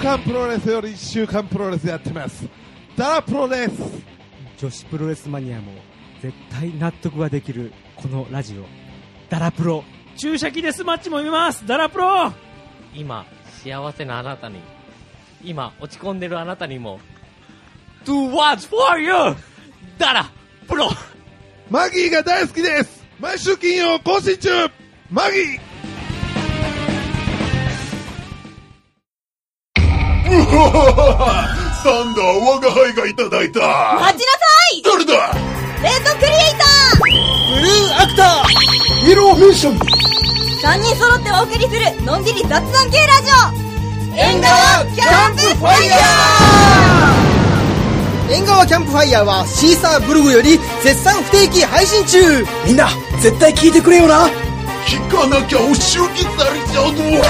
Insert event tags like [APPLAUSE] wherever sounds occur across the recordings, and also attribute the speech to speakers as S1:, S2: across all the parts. S1: 間プロレスより週刊プロレスやってますダラプロです
S2: 女子プロレスマニアも絶対納得ができるこのラジオダラプロ
S3: 注射器デスマッチも見ますダラプロ
S4: 今幸せなあなたに今落ち込んでるあなたにも
S3: Do what's for you!
S4: ダラプロ
S1: マギーが大好きです毎週金曜更新中マギー
S5: [LAUGHS] サンダー我が輩がいただいた
S6: 待ちなさ
S5: 誰だ
S6: いレッドクリエイターブルーアクターイエローフィッション3人揃ってお送りするのんびり雑談系ラジオ縁側キャンプファイヤ
S7: 縁側キャンプファイヤーはシーサーブログより絶賛不定期配信中みんな絶対聞いてくれよな
S5: 聞かなきゃお仕置きされちゃうぞ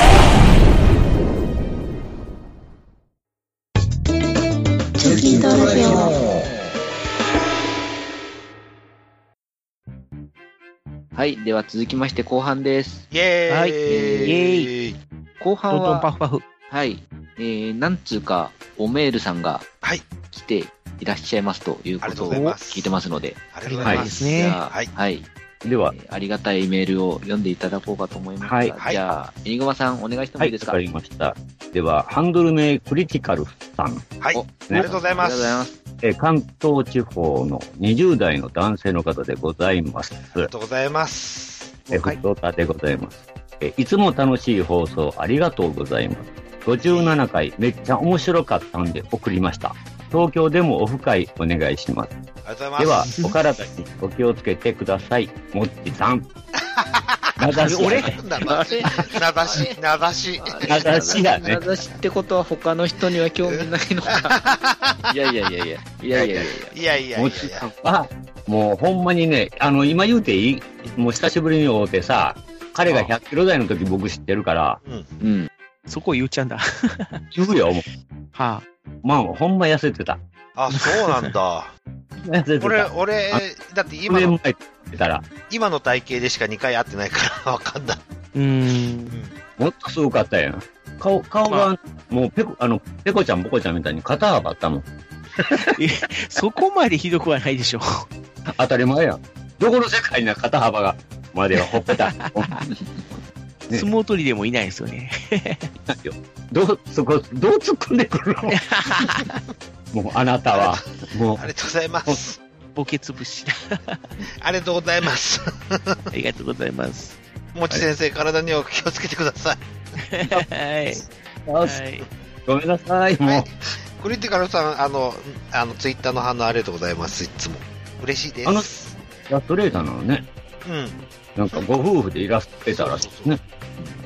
S8: はい、では続きまして後半です。
S5: イエーイ、
S8: はい
S5: イ
S8: イ
S5: エーイ
S8: 後半は、
S4: フパフ
S8: はい、えー、なんつうか、おメールさんが
S5: はい
S8: 来ていらっしゃいますというこ
S5: ありがと
S8: と
S5: う
S8: を
S5: ございます
S8: 聞いてますので、
S5: ありがとうございます、
S4: はい
S8: じ
S4: ね
S8: ゃあ、
S5: は
S8: はいい、
S9: では、
S8: えーありがたいメールを読んでいただこうかと思いますが、
S9: はい
S5: はい
S8: じゃあ、えりごまさん、お願いしても
S9: はい
S8: い
S9: い、
S8: ですか。
S9: わかりました。では、ハンドル名クリティカルさん。
S5: はい
S8: お
S5: ありがとうございます
S8: ありがとうございます。
S9: えー関東地方の20代の男性の方でございます。
S5: ありがとうございます
S9: えー、ふとたでございます。えーいつも楽しい放送ありがとうございます。57回、めっちゃ面白かったんで送りました。東京でもオフ会お願いします。
S5: ありがとうござい
S9: で
S5: ま
S9: は
S5: す、
S9: お体にお気をつけてください。もっ
S8: [LAUGHS]
S9: ちさん。名指し
S8: 俺
S5: 名指し名指し名指し
S9: 名指しだね
S8: 名指しってことは他の人には興味ないのか。
S5: [LAUGHS]
S8: いやいやいやいや、いやいやいやいや。
S5: いやいやいやい
S9: も
S5: や
S9: ちさんは、もうほんまにね、あの、今言うていいもう久しぶりに会うてさ、彼が100キロ台の時僕知ってるから、
S8: うん。
S3: そこ言っちゃうんだは
S9: 言うよ、も
S3: あ
S9: う。まあ、ほんま痩せてた。
S5: あそうなんだ
S9: 痩せてた。
S5: 俺
S9: こ
S5: 俺
S9: あ
S5: だって今
S9: れ
S5: の
S9: 前言ってたら、
S5: 今の体型でしか2回会ってないからわかんない
S3: [LAUGHS] うん
S9: もっとすごかったやん。顔、顔が、もうペコ、あの、ペコちゃん、ボコちゃんみたいに肩幅あったもん。
S3: そこまでひどくはないでしょ
S9: 当たり前やん。どこの世界な肩幅が、まではほっ
S5: [LAUGHS]
S9: ぺた。ね
S3: 相撲取りでもいないですよね
S9: どう、そこ、どう突っ込んでくる
S5: [LAUGHS]
S9: のもう、あなたは、もう
S5: あ、りがとうございます
S3: ボケつぶし
S5: [LAUGHS] ありがとうございます
S3: [LAUGHS] ありがとうございます
S5: もち先生体にお気をつけてください
S3: はい
S9: あ
S3: はい
S9: ごめんなさい、もう。
S5: クリティカルさん、あの、あの、ツイッターの反応ありがとうございます、いつも。嬉しいで
S9: あの
S5: す。
S9: イラストレーターなのね。
S5: うん。
S9: なんかご夫婦でイラストレーターらしいですね。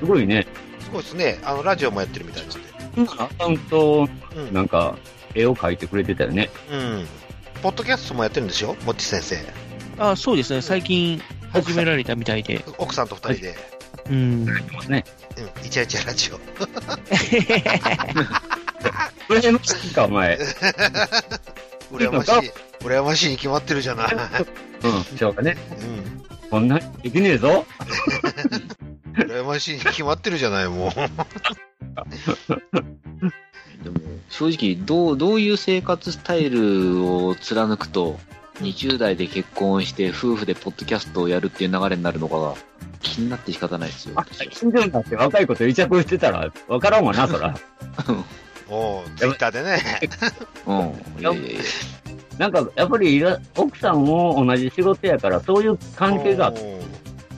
S9: すごいね。
S5: すごいですね。あの、ラジオもやってるみたいなんで。
S9: アカウント、
S5: うん。
S9: なんか、絵を描いてくれてたよね。
S5: うん。ポッドキャストもやってるんでしょもっち先生。
S3: あそうですね最近始められたみたいで
S5: 奥さんと二人で。
S3: うん
S9: ね。
S5: うん。イチャイチャラジオ。
S9: それの好きか、お前。
S5: [LAUGHS] 羨ましい。羨ましいに決まってるじゃない。
S9: うん、しょうがね。
S5: うん。
S9: こんなにできねえぞ。
S5: 羨ましいに決まってるじゃない、もう。
S8: でも正直どう、どういう生活スタイルを貫くと、20代で結婚して、夫婦でポッドキャストをやるっていう流れになるのかが気になって仕方ないですよ。
S9: あ、近所になって若い子と癒着してたら、わからんわな、そ
S3: [LAUGHS]
S9: ら。
S5: おう、ツイッターでね。 [LAUGHS]
S8: うん。いやいやいや
S9: なんか、やっぱりイラ、奥さんも同じ仕事やから、そういう関係があっ
S5: おう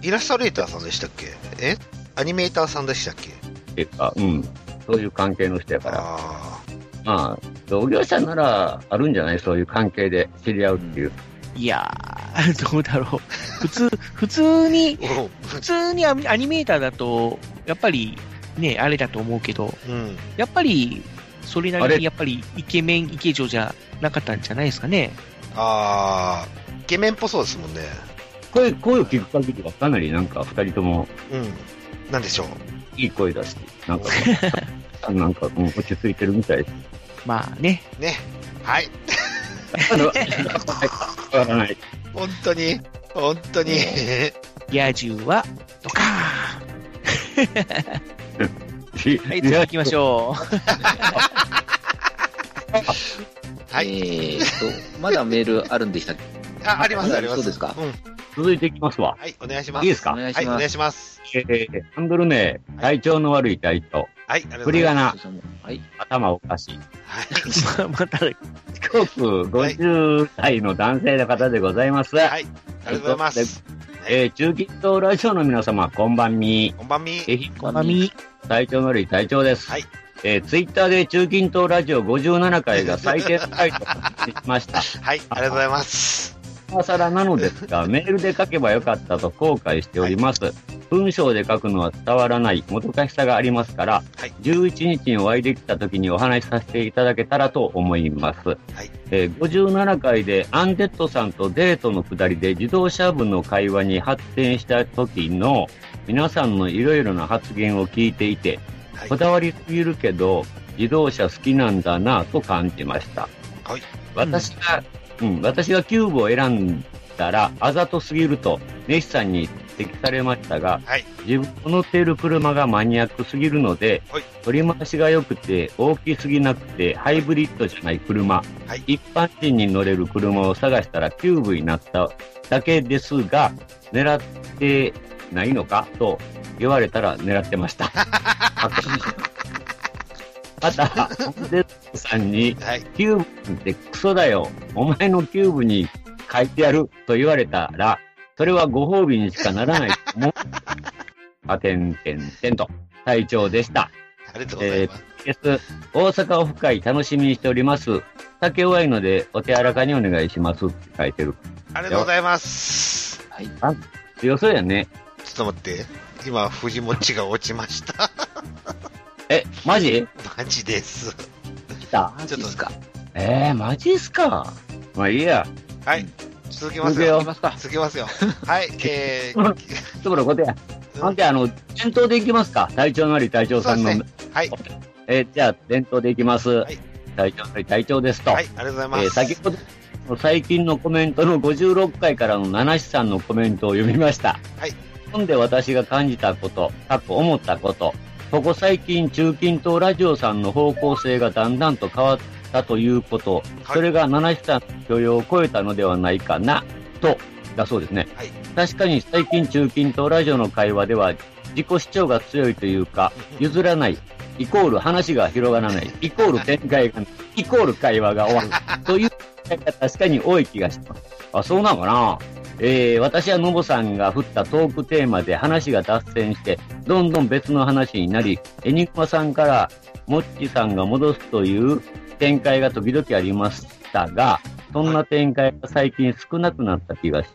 S5: イラストレーターさんでしたっけえアニメーターさんでしたっけ
S9: ていうか、うん。そういう関係の人やから。
S5: ああ。
S9: まあ、同業者ならあるんじゃないそういう関係で知り合うっていう。
S3: いやー、どうだろう。普通、普通に、
S5: おう
S3: 普通にアニアニメーターだと、やっぱり、ね、あれだと思うけど、
S5: うん。
S3: やっぱり、それな
S9: あ
S3: り
S9: れ
S3: に、やっぱり、イケメン、イケ女じゃなかったんじゃないですかね。
S5: あー、イケメンっぽそうですもんね。
S9: 声、声を聞く限りはかなりなんか二人とも
S5: うん。なんでしょう。
S9: いい声だし、なんか、
S3: [LAUGHS]
S9: なんか、うん、落ち着いてるみたいです。
S3: まあね。
S5: ね。はい。
S3: [LAUGHS]
S9: あのはいわからない。
S5: 本当に、本当に。
S3: 野獣は、ドカーン
S9: リ
S3: はい、次行きましょう。
S5: はい。
S8: えーと、まだメールあるんでしたっけ
S5: あ、あります、あります。
S8: そうですか
S5: うん。
S9: 続いていきますわ。
S5: はい、お願いします。
S9: いいですか
S8: お願い
S5: は
S8: し
S5: い、お願
S8: ま
S5: い
S8: す。
S5: します。
S9: えー、ハンドル名、体調の悪い隊長、
S5: はい、ありがとう
S9: 振
S5: ござ
S9: り
S5: いま
S9: 仮名、
S8: はい。
S9: 頭おかしい。
S5: す。
S3: [LAUGHS] また、
S9: 四国50代の男性の方でございます。
S5: はい、はい、ありがとうございます。
S9: えー、中近東ラジオの皆様、こんばんみ。
S5: こんばんみ。
S9: えひ、
S3: まみ、
S9: 隊長のるい隊長です。
S5: はい
S9: えー、ツイッターで中近東ラジオ57回が最低の回としました。
S5: はい、ありがとうございます。
S9: 今更なのです
S5: [LAUGHS]
S9: が、メールで書けばよかったと後悔しております。文章で書くのは伝わらないもどかしさがありますから、
S5: はい
S9: 11日にお会いできた時にお話しさせていただけたらと思います。えー57回でアンデッドさんとデートのくだりで自動車部の会話に発展した時の皆さんのいろいろな発言を聞いていて、
S5: はい
S9: こだわりすぎるけど、自動車好きなんだなぁと感じました。
S5: はい
S9: 私が、うん、私がキューブを選んだら、あざとすぎると、ネシさんに指摘されましたが、
S5: はい
S9: 自分の乗っている車がマニアックすぎるので、
S5: はい
S9: 取り回しが良くて、大きすぎなくて、ハイブリッドじゃない車、
S5: はい
S9: 一般人に乗れる車を探したらキューブになっただけですが、狙ってないのかと言われたら狙ってま
S5: [LAUGHS]
S9: した。また、
S5: [LAUGHS]
S9: ホンデさんに、
S5: はい、
S9: キューブってクソだよ。お前のキューブに書いてやると言われたら、それはご褒美にしかならないと思う。あてんてんてんと、隊長でした。
S5: ありがとうございます。
S9: です。大阪オフ会楽しみにしております。酒弱いのでお手柔らかにお願いしますって書いてる。
S5: ありがとうございます。
S8: はい。
S9: 強そうやね。
S5: ちょっと待って。今、藤もちが落ちました。 [LAUGHS]
S9: え、マジ
S5: マジです。
S9: 来た。
S8: マジっすか。
S9: えー、マジっすかまあいいや。
S5: はい、続けま
S9: 続
S5: す
S9: け
S5: よ。
S9: よ
S8: 行き。ますか。
S5: 続けますよ。はい、えー、
S9: つぶらことや。あんて、あの、伝統でいきますか隊長なり隊長さんの。
S5: そうではい、
S9: えーじゃあ、伝統でいきます。
S5: い
S9: 隊長なり隊長ですと。
S5: はい、ありがとうございま
S9: えー
S5: す。
S9: 先ほどの最近のコメントの56回からの七七さんのコメントを読みました。
S5: はい
S9: 本で私が感じたこと、過去思ったこと、ここ最近中近東ラジオさんの方向性がだんだんと変わったということ、
S5: はい
S9: それが七七さんの許容を超えたのではないかな、と、だそうですね。
S5: はい
S9: 確かに最近中近東ラジオの会話では自己主張が強いというか、譲らない、イコール話が広がらない、イコール展開がない、イコール会話が終わる、という展開が確かに多い気がします。あ、そうなのかなえー、私はのぼさんが振ったトークテーマで話が脱線して、どんどん別の話になり、エニグマさんからモッチさんが戻すという展開が時々ありましたが、そんな展開が最近少なくなった気がし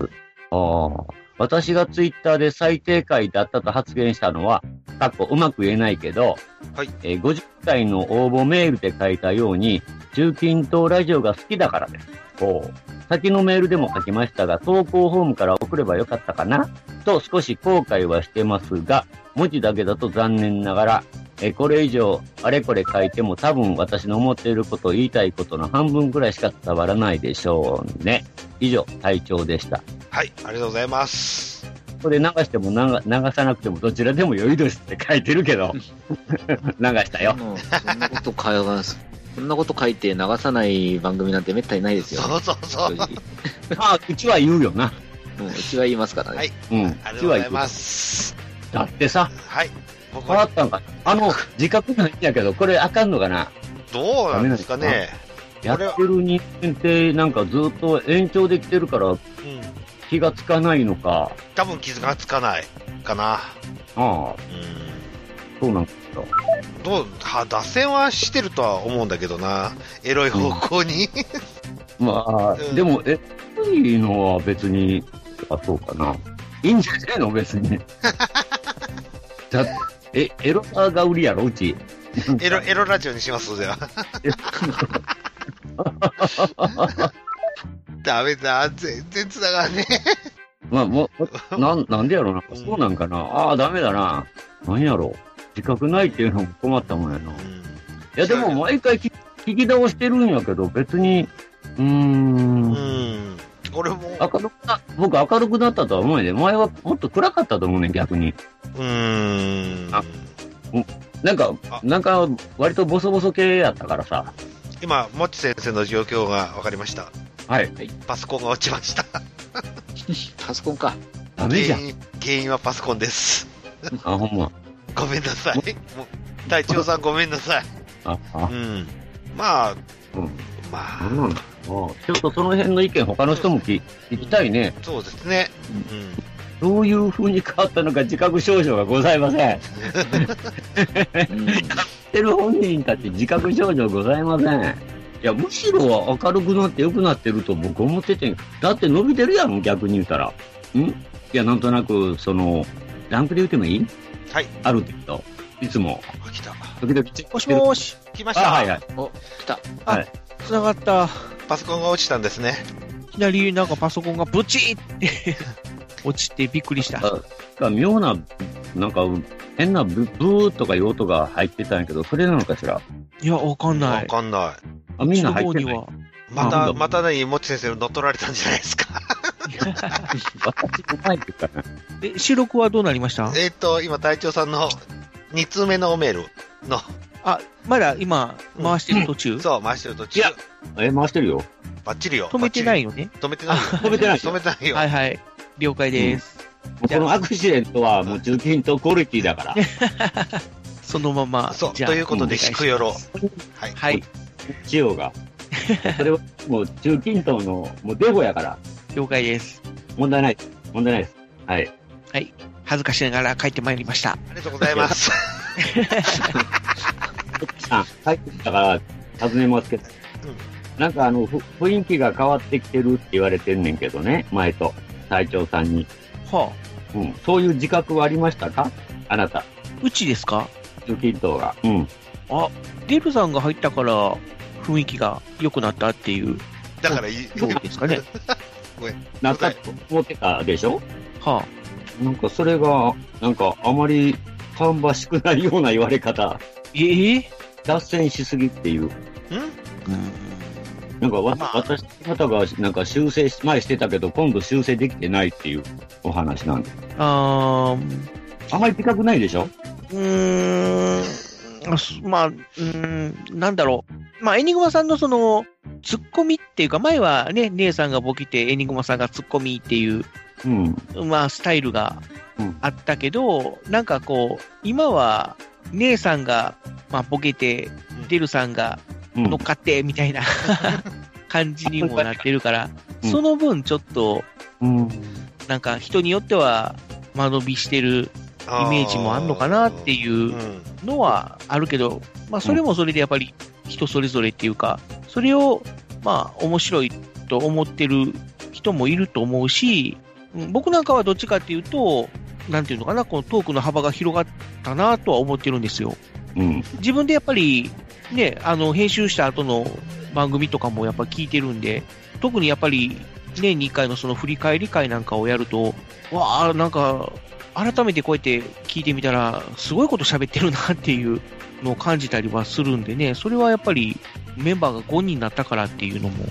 S9: ます。ああ。私がツイッターで最低回だったと発言したのは、過去うまく言えないけど、
S5: はい
S9: えー50回の応募メールで書いたように、中近東ラジオが好きだからです。おう先のメールでも書きましたが、投稿フォームから送ればよかったかなと少し後悔はしてますが、文字だけだと残念ながら、えーこれ以上あれこれ書いても多分私の思っていること言いたいことの半分くらいしか伝わらないでしょうね。以上、隊長でした。
S5: はい、ありがとうございます。
S9: これ流しても流流さなくてもどちらでも良いですって書いてるけ
S5: [LAUGHS]
S9: ど、流したよ。
S8: もうそんなこと書い [LAUGHS] ます。そんなこと書いて流さない番組なんてめったにないですよ。
S5: そうそうそ
S8: 正
S5: う。
S8: 直。
S9: まあ、うちは言うよな。
S8: うん、うちは言いますからね。
S5: はい
S9: うん。う
S5: ありがと
S9: ち
S5: うご
S9: は言。
S5: ざいうます。
S9: だってさ、
S5: はい、僕
S9: 変わ
S5: は
S9: ったんか。あの、自覚ないんやけど、これあかんのかな。
S5: どうなんですかね。
S9: やってる人間って、なんかずっと延長できてるから
S5: うん、
S9: 気がつかないのか。
S5: 多分傷がつかないかな。
S9: ああ、
S5: うん、
S9: そうなんですよ。
S5: どう、は、打線はしてるとは思うんだけどな。エロい方向に。
S9: まあ、
S5: うん
S9: でも、え、いいのは別に、あ、そうかな。いいんじゃないの
S5: [LAUGHS]
S9: 別に。だって、え、エロさが売りやろうち。 [LAUGHS]
S5: エロ、エロラジオにします、では。ダメだ、全然繋がんねえ。
S9: まあ、もう、なん、なんでやろうな。
S5: うん
S9: そうなんかな。ああ、ダメだな。なんやろう。自覚ないっていうのも困ったもんやな。いや、でも、毎回聞き聞き直してるんやけど、別に、うー
S5: うん
S9: ん。
S5: うん。俺も、
S9: 明るくな、僕明るくなったとは思うね。前はもっと暗かったと思うね、逆に。
S5: うーん。
S9: あなんか
S5: あ、
S9: なんか、割とボソボソ系やったからさ。
S5: 今、もっち先生の状況が分かりました。
S9: はい。
S5: パソコンが落ちました。
S8: パソコンか。
S9: ダメじゃ
S5: 原
S9: ん。
S5: 因、原因はパソコンです。
S9: あ、ほんま。
S5: ごめんなさい。もう隊長さんごめんなさい。
S9: あ、
S5: う
S9: あ、
S5: ん。まあ、
S9: うん。
S5: ま
S9: な
S5: あ、
S9: んなのかなちょっとその辺の意見、他の人も聞聞きたいね。
S5: そうですね。うん。
S9: どういう風に変わったのか自覚症状がございません。
S8: うん。
S9: やってる本人たち自覚症状ございません。いや、むしろは明るくなって良くなってると僕思っててん。だって伸びてるやん、逆に言うたら。んいや、なんとなく、その、ランクで言ってもいい
S5: はい。
S9: ある程度。いつも、
S5: あ来た。
S9: 時々チェッ
S3: も
S9: ク
S3: し
S9: してる。
S3: もーし、
S5: 来まし
S9: あ、
S5: た。
S9: はいはい。
S8: お、来た。
S3: つながった。
S5: パソコンが落ちたんですね。
S3: いきなりなんかパソコンがブチーって [LAUGHS] 落ちてびっくりした。
S9: あが妙な、なんか、変なブブーとかいう音が入ってたんやけど、それなのかしら。
S3: いや、わかんな
S5: わ
S3: い。
S5: かんな
S9: あ、みんな入ってない。
S3: う
S5: い。ま
S9: なん
S5: た、
S9: だ
S5: また何、もっち先生乗っ取られたんじゃないですか。
S3: ちの方には。
S9: 私、うまいって言ったね。
S3: え、収録はどうなりました
S5: えっと、今、隊長さんの2通目のおメールの、
S3: あ、まだ今、回してる途中、
S5: そう、回してる途中
S9: い、やえ、回してるよ。
S5: バッチリよ。
S3: 止めてないよね。
S5: バッチリ。止めてないよ。
S9: 止めてない
S5: 止めてないよ。
S3: はいはい。了解です。
S9: もうこのアクシデントは、もう中金とクオリティだから。
S3: そのまま。
S5: そう、
S3: じゃあ
S5: ということで、
S3: お願いし
S5: し
S3: ます
S5: くよろ。はい。
S3: はい。
S9: 千代が。それはもう中近東のもうデゴやから、
S3: 了解です。
S9: 問題ないです。問題ないです。はい。
S3: 恥ずかしながら帰ってまいりました。
S5: ありがとうございます。
S9: さん、帰ってきたから尋ねますけど、なんかあの、ふ雰囲気が変わってきてるって言われてんねんけどね、前と、隊長さんに。
S3: は
S9: うん。そういう自覚はありましたかあなた、
S3: あ、うちですか
S9: 中近東が。うん。
S3: デルさんが入ったから、雰囲気が良くなったっていう、
S5: だから、いい
S3: そうですかね。
S5: [LAUGHS]
S9: なったと思ってたでしょ
S3: は
S9: なんかそれが、なんかあまり芳しくないような言われ方、
S3: あ、ええ
S9: 脱線しすぎっていう。なんかわ、
S5: まあ。
S9: 私の方がなんか修正し前してたけど、今度修正できてないっていうお話なんで。
S3: あー、
S9: あまり自覚ないでしょ
S3: うーんあすまあ、うーん、なんだろう。まあ、エニグマさんのその、ツッコミっていうか、前はね、姉さんがボケて、エニグマさんがツッコミっていう、
S9: うん。
S3: まあ、スタイルが
S9: うん
S3: あったけど、なんかこう、今は、姉さんが、まあ、ボケて、デルさんが
S9: うん
S3: 乗っかって、みたいな感じにもなってるから、
S9: うん
S3: その分ちょっと、
S9: うん。
S3: なんか人によっては、間延びしてるイメージもあんのかなっていううんのはあるけど、まあ、それもそれでやっぱり人それぞれっていうか、それをまあ面白いと思ってる人もいると思うし、うん僕なんかはどっちかっていうと、なんていうのかな、このトークの幅が広がったなとは思ってるんですよ。
S9: うん。
S3: 自分でやっぱり、ね、あの編集した後の番組とかもやっぱ聞いてるんで、特にやっぱり年に1回のその振り返り会なんかをやると、わあ、なんか改めてこうやって聞いてみたら、すごいこと喋ってるなっていうのを感じたりはするんでね、それはやっぱりメンバーが5人になったからっていうのも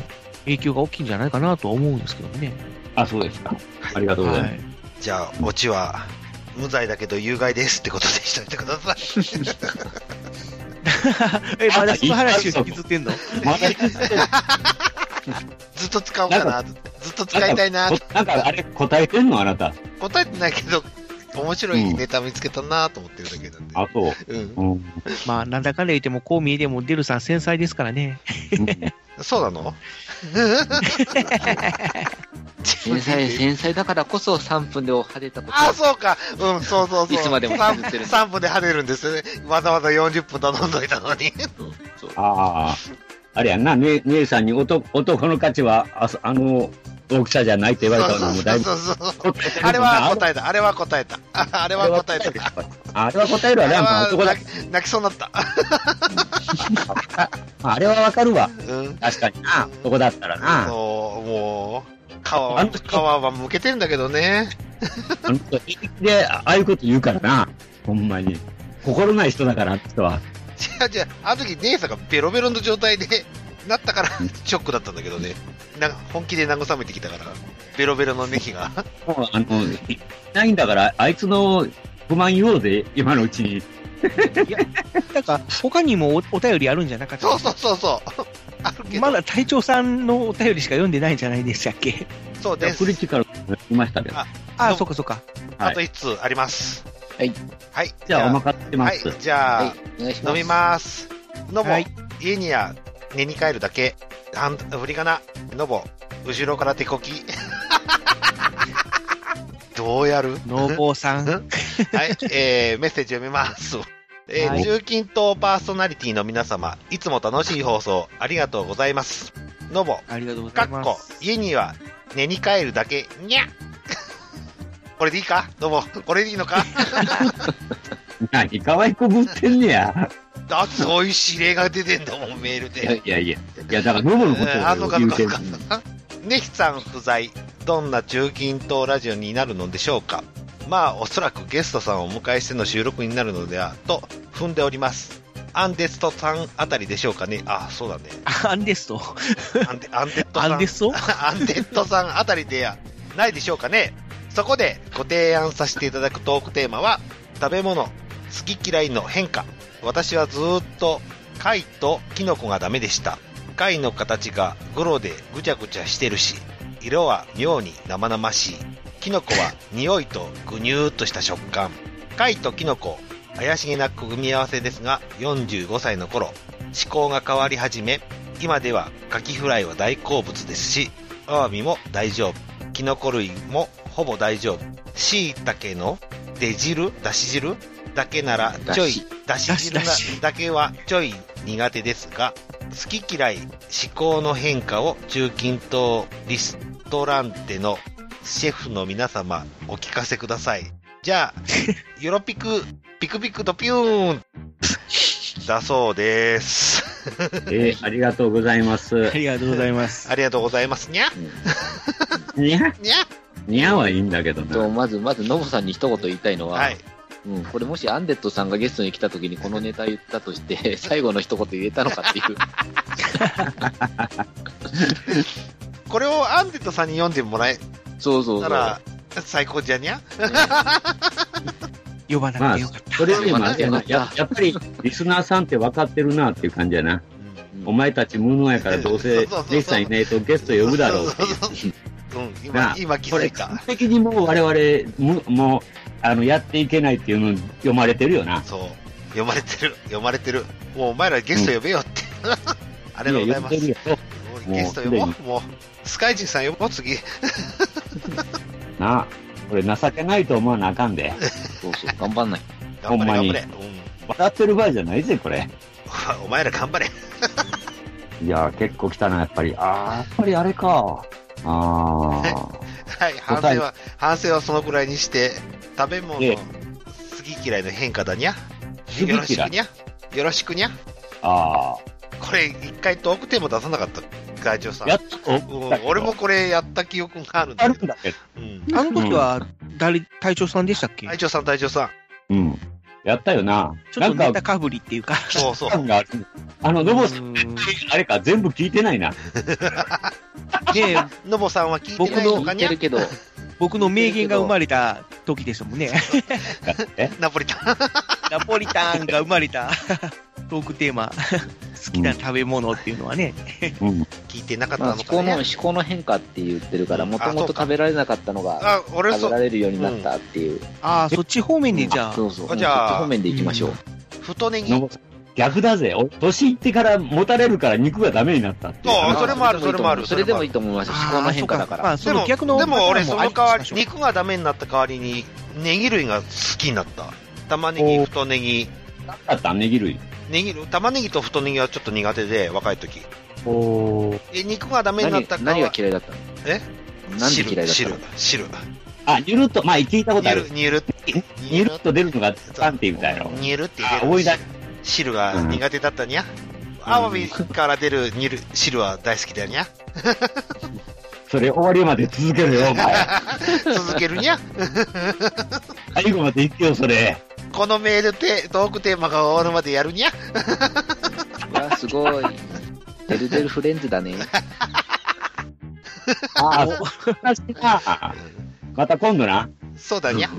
S3: 影響が大きいんじゃないかなとは思うんですけどね。
S9: あ、そうですか。ありがとうございます。
S3: い、
S5: じゃあ、オチは、無罪だけど有害ですってことでしといてください。
S3: え、まだその話を引きずってんの
S9: まだ言ってる
S5: ずっと使おうかな。ずっと使い [LAUGHS] たいな。
S9: こなんかあれ答えてんのあなた。
S5: 答えてないけど、面白いネタ見つけたなと思ってるだけなんで。
S9: あ、そう。
S5: うん。
S9: うん。
S3: まあ、なんだかんだ言っても、こう見えても、デルさん繊細ですからね。
S5: そうなの
S8: 繊
S5: [LAUGHS]
S8: 細、繊細だからこそ3分で派手たこと。
S5: あ、そうか。うん、そうそうそう。
S8: いつまでも
S5: 3
S8: 跳ねてる
S5: 分で跳ねるんですよね。わざわざ40分頼んどいたのに。
S9: ああ。あれやんな、ね、姉さんに男男の価値はあそあの大きさじゃないって言われたのもだいぶ
S5: そうそうそうそう
S9: 答えてるもんな。
S5: あれは答えた。あれは答えた。ああれは答えた。
S9: あれは答えるわね、やっぱ男だ
S5: 泣。き泣きそうになった。
S9: [LAUGHS] あれはわかるわ。
S5: うん。
S9: 確かにな、男だったらな。
S5: そう、もう、皮は、
S9: あの人
S5: 皮はむけてんだけどね。
S9: あの人、平気で、ああいうこと言うからな。ほんまに。心ない人だから、あの人は。
S5: じゃあ、じゃあ、あの時姉さんがベロベロの状態で、 [LAUGHS] なったから、ショックだったんだけどね。なんか本気で慰めてきたから、ベロベロのネヒが。 [LAUGHS]
S9: もう、あの、いないんだから、あいつの不満言おうぜ、今のうちに。
S3: なんか、他にもおお便りあるんじゃなかった
S5: そうそうそう [LAUGHS] そう。あるけど、
S3: まだ隊長さんのお便りしか読んでないんじゃないでしたっけ
S5: そう
S9: いや
S5: です
S9: ク。リティカルいましたね。
S3: あ
S5: そ
S3: あ、
S5: う
S3: そっかそっか。
S5: あと一通あります。
S8: はい。
S5: はい。
S9: じゃあ、お任せしま
S5: はい
S9: す。。
S5: じゃあ、
S8: はい、お願いします。
S5: 飲みます。のぼ、
S3: はい
S5: 家には寝に帰るだけ。あん振り仮名、のぼ、後ろから手こき。 [LAUGHS] どうやる
S3: 農房さん。
S5: はい、えー、メッセージ読みます。えー
S3: はい
S5: 中近東パーソナリティの皆様、いつも楽しい放送ありがとうございます。のぼ、
S3: ありがとうござ
S5: か
S3: い
S5: っ
S3: ま
S5: こ
S3: す。、
S5: 家には寝に帰るだけ、にゃこれでいいかのぼ、これでいいのか
S9: 何、かわいこぶってんねや。
S5: だってそういう指令が出てんだもん、メールで。
S8: はい
S9: [LAUGHS] いやいや、いや、だから、飲むのことを
S5: あそうかそ
S9: 言
S5: う
S9: う
S5: か
S9: て
S5: そう
S9: る
S5: か。ネヒさん不在、どんな中近東ラジオになるのでしょうか。まあ、おそらくゲストさんをお迎えしての収録になるのでは、と踏んでおります。アンデストさんあたりでしょうかね。あ、そうだね。
S3: アンデスト。
S5: アンデアンデッドさん。
S3: [LAUGHS] アンデス
S5: [LAUGHS]
S3: ト
S5: アンデッドさんあたりでやないでしょうかね。そこでご提案させていただくトークテーマは、食べ物、好き嫌いの変化。私はずーっと貝とキノコがダメでした。貝の形がグロでぐちゃぐちゃしてるし、色は妙に生々しい。キノコは匂いとぐにゅーっとした食感。貝とキノコ、怪しげな組み合わせですが、45歳の頃、思考が変わり始め、今ではカキフライは大好物ですし、アワビも大丈夫。キノコ類もほぼ大丈夫。椎茸の出汁だし汁だけならちょい、だし汁な
S3: だしだし
S5: だけはちょい苦手ですが、好き嫌い、思考の変化を中近東リストランテのシェフの皆様お聞かせください。じ [LAUGHS] ゃあ、ヨロピク、ピクピクとピューンだそうです。
S9: えーありがとうございます
S3: あ。りがとうございます。
S5: ありがとうございます。にゃ
S9: にゃ、
S5: にゃ
S9: にゃはいいんだけど
S8: と、
S9: な。
S8: まず、まず、ノボさんに一言言いたいのは、
S5: はい。
S8: うん、これもしアンデッドさんがゲストに来た時にこのネタ言ったと
S5: [LAUGHS]
S8: して、最後の一言言えたのかっていう。
S5: これをアンデットさんに読んでもらえ
S8: そうそう
S5: た
S8: そう。
S5: ら最高じゃにゃ
S3: 呼ばな
S9: ま
S3: く
S9: あ
S3: てよかっ、た。
S9: それよりもあれやな
S8: よかっ、た
S9: ややっぱり、リスナーさんって分かってるなっていう感じやな。
S8: うん
S9: お前たち無能やから、ど
S5: [LAUGHS]
S9: うせ、ネイさんいないとゲスト呼ぶだろうっていう。
S5: うん、今
S9: な、
S5: 今気
S9: こ
S5: づ
S9: れ、
S5: いた
S9: 完。璧にもう我々、むもう、あの、やっていけないっていうの読まれてるよな。
S5: そう。読まれてる。読まれてる。もうお前らゲスト呼べよって。あ
S9: あ
S5: りがとうございます。
S9: よ。
S5: もうゲスト呼ぼう。もう、スカイジンさん呼ぼう、次。
S9: なあ、これ情けないと思わなあかん
S5: [LAUGHS]
S9: で。
S8: そうそう、頑張んない。
S9: ほ
S5: 頑張れ、
S9: んま
S5: 頑
S9: に
S5: 張れ。う
S9: 笑ってる場合じゃないぜ、これ。
S5: ん。お [LAUGHS] 前ら頑張れ。
S9: いやー、結構来たな、やっぱり。ああ、やっぱりあれか。ああ。
S5: [LAUGHS] はい、反省は、反省はそのくらいにして、食べ物、
S9: ええ
S5: 好き嫌いの変化だにゃ。
S9: 好き
S5: よろし
S9: 嫌
S5: く
S9: い。
S5: にゃ。よろしくにゃ。
S9: あ
S5: これ、一回トークテーマ出さなかった、会長さ
S9: あ。
S5: ん。
S9: やっと、
S5: うん、俺もこれやった記憶があるんだ
S9: ある
S5: けど。
S9: んだけど。
S5: うん。
S3: あの時は、誰、隊長さんでしたっけ
S5: 隊長さん、隊長さん。
S9: うん。やったよな。
S3: ちょっと
S9: な
S3: ネ
S9: ん
S3: タ
S9: か、
S3: かぶりっていうか。
S5: そうそう。
S9: 感がある。あの、ロボさん、
S3: うーんね
S9: あれか、全部聞いてないな。
S3: え
S5: のぼさんは聞い
S8: 僕
S5: てないの
S8: の
S5: か
S8: 言っ
S5: に
S8: て
S5: ゃ [LAUGHS]
S8: るけど、
S3: 僕の名言が生まれた時でしたもんね。
S5: ナポリタン。
S3: [LAUGHS] ナポリタンが生まれたトークテーマ。好きな食べ物っていうのはね。
S9: うん。
S5: 聞いてなかっ
S8: まあ、
S5: た
S8: 思
S5: の
S8: 考
S5: か
S8: の、思
S5: ね。
S8: 考の変化って言ってるから、
S5: うん
S8: もと
S5: あそ
S8: も
S5: う
S8: と
S5: か
S8: 食べられなかったのが、
S5: あ、俺
S8: 食
S5: そ
S8: べら
S5: う、
S8: れるようになったっていう。
S3: ああ、そっち方面でじゃあ。
S8: そうそう。
S5: あ
S8: うん
S5: じゃあ
S8: そっち方面でいきましょう。
S5: 太ネギ。
S9: のぼさん、逆だぜ。お年いってから持たれるから肉がダメになったっていう。
S5: あ
S8: ま
S5: それもあるそれもある
S8: それでもいいと思います。
S3: あ
S8: 思
S3: ー
S8: 考の変化だか
S3: そうま
S8: ら。
S3: あ、
S5: で
S3: そ
S5: も
S3: の逆の
S5: でも俺、
S3: パ
S5: そ
S3: ターン
S5: の
S3: も
S5: 代
S3: あ
S5: わ
S3: りに
S5: り
S3: し、ましょ
S5: 肉がダメになった代わりに、ネギ類が好きになった。玉ねぎ、太ネギ。
S9: なかった、ネギ類。
S5: ネギ類、玉ねぎと太ネギはちょっと苦手で、若い時。
S9: お
S5: え、肉がダメになっ
S8: 何
S5: たか
S8: 何が嫌いだったの
S5: え
S8: なんで嫌いだった
S5: 汁
S8: の、
S5: 汁、
S9: あ、ニュルっと、まあ、聞いたことあ
S5: 汁。
S9: る。
S5: 煮る、煮る。
S9: ニュルっと出るのがパンって言うたやろ。
S5: 煮るって
S9: あ、
S5: 出
S9: 思
S5: る
S9: い出し
S5: 汁が苦手だったにゃ。アワビから出る煮る汁は大好きだにゃ。
S9: それ終わりまで続けるよ、お [LAUGHS] 前。
S5: 続けるにゃ。
S9: 最後まで行くよ、それ。
S5: このメールでトークテーマが終わるまでやるにゃ。
S8: わあ、すごい。デルデルフレンズだね。
S9: あ、そう話な。また今度な。
S5: そうだにゃ。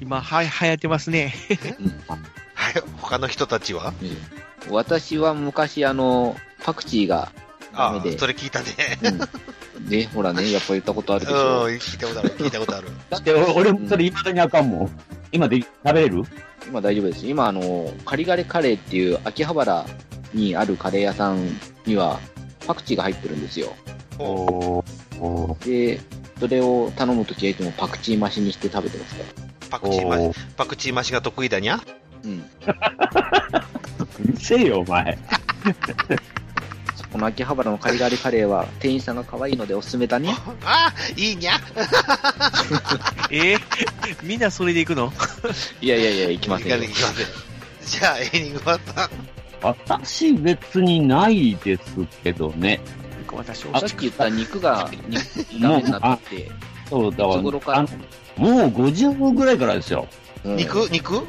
S3: 今、は、流行ってますね。 [LAUGHS]
S5: はい、他の人たちは
S8: 私は昔、あの、パクチーがダ
S5: あ
S8: メで
S5: あ、それ聞いたね。
S8: うん [LAUGHS] ね、ほらね、やっぱ言ったことある
S5: うん、
S8: で
S5: 聞
S8: しょ。
S5: いた
S8: [LAUGHS]
S5: ことある、聞いたことある。
S9: でお俺もそれ未だにあかんもん。今で食べれる
S8: 今大丈夫です。今、あの、カリガレカレーっていう秋葉原にあるカレー屋さんには、パクチーが入ってるんですよ。
S5: お
S9: おお
S8: で、それを頼むときはいつもパクチー増しにして食べてますから。
S5: パクチーマシ
S9: お、
S5: パクチーマシが得意だにゃ。
S8: うん。
S9: うるせえよ、お前。
S8: この秋葉原のカリガリカレーは店員さんが可愛いのでおすすめだね。
S5: あいいにゃ。
S3: えー、みんなそれで行くの
S8: いやいやいや、行きませんよ
S5: いかないいきませんじゃあ、エイニングバッター。
S9: 私、別にないですけどね。
S3: なんか私、お
S8: さっき言った肉が肉ダメになってて、
S9: そうだ
S8: い
S9: わ。
S8: つ頃から
S9: あのもう50分ぐらいからですよ。
S8: うん
S5: 肉肉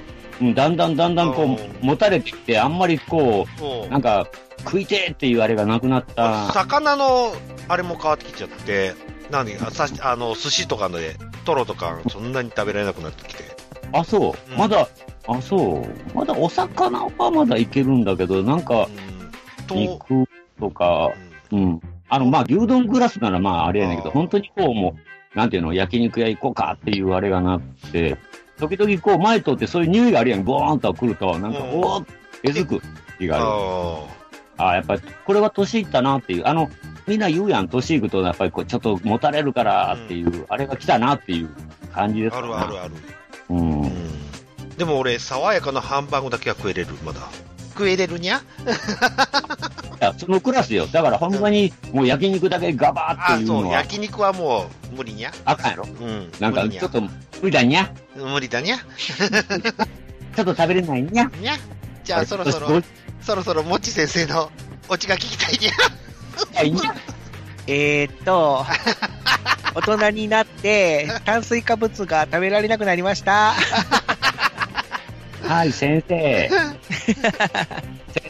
S9: うんだんだんだんだんこ
S5: うん
S9: う、もたれてきて、あんまりこ
S5: お
S9: う、
S5: う
S9: なんか、食いてーっていうあれがなくなった。
S5: 魚の、あれも変わってきちゃって、何あさあの、寿司とかので、トロとか、そんなに食べられなくなってきて。
S9: あ、そうう。
S5: ん
S9: まだ、あ、そう。まだお魚はまだいけるんだけど、なんか、
S5: うん。と、うん
S9: 肉とか、うん。あの、まあ、牛丼グラスならまあ、あれやねんけど、
S5: あー
S9: 本当にこう、もう、なんていうの、焼肉屋行こうかっていうあれがなくて、時々こう、前通ってそういう匂いがあるやん、ボーンと来ると、なんか、
S5: うん
S9: おーっえずく気がある。
S5: あ
S9: ああ、やっぱり、これは年いったなっていう、あの、みんな言うやん、年いくと、やっぱりこう、ちょっともたれるからっていう、あれが来たなっていう感じです
S5: あ、あ
S9: かね
S5: るあるある。
S9: うん。
S5: うん。でも俺、爽やかなハンバーグだけは食えれる、まだ。食えれるにゃ
S9: いやそのクラスよ。だから、ほんまに、もう焼肉だけガバー
S5: あ
S9: っていう
S5: そ
S9: の
S5: う、
S9: は、
S5: 焼肉はもう、無理にゃ
S9: あかんやろ。
S5: うん。
S9: なんか、
S5: 無理にゃ
S9: ちょっと、無理だにゃ。
S5: 無理だにゃ
S9: ちょっと食べれないにゃ。
S5: にゃじゃあ、そろそ
S9: ど
S5: ろ
S9: うし、
S5: そろそろ、もっち先生の、オチが聞きたいにゃ
S9: たらいいにゃ。
S3: えーっ [LAUGHS] と、大人になって、炭水化物が食べられなくなりました。
S9: はい、先生。先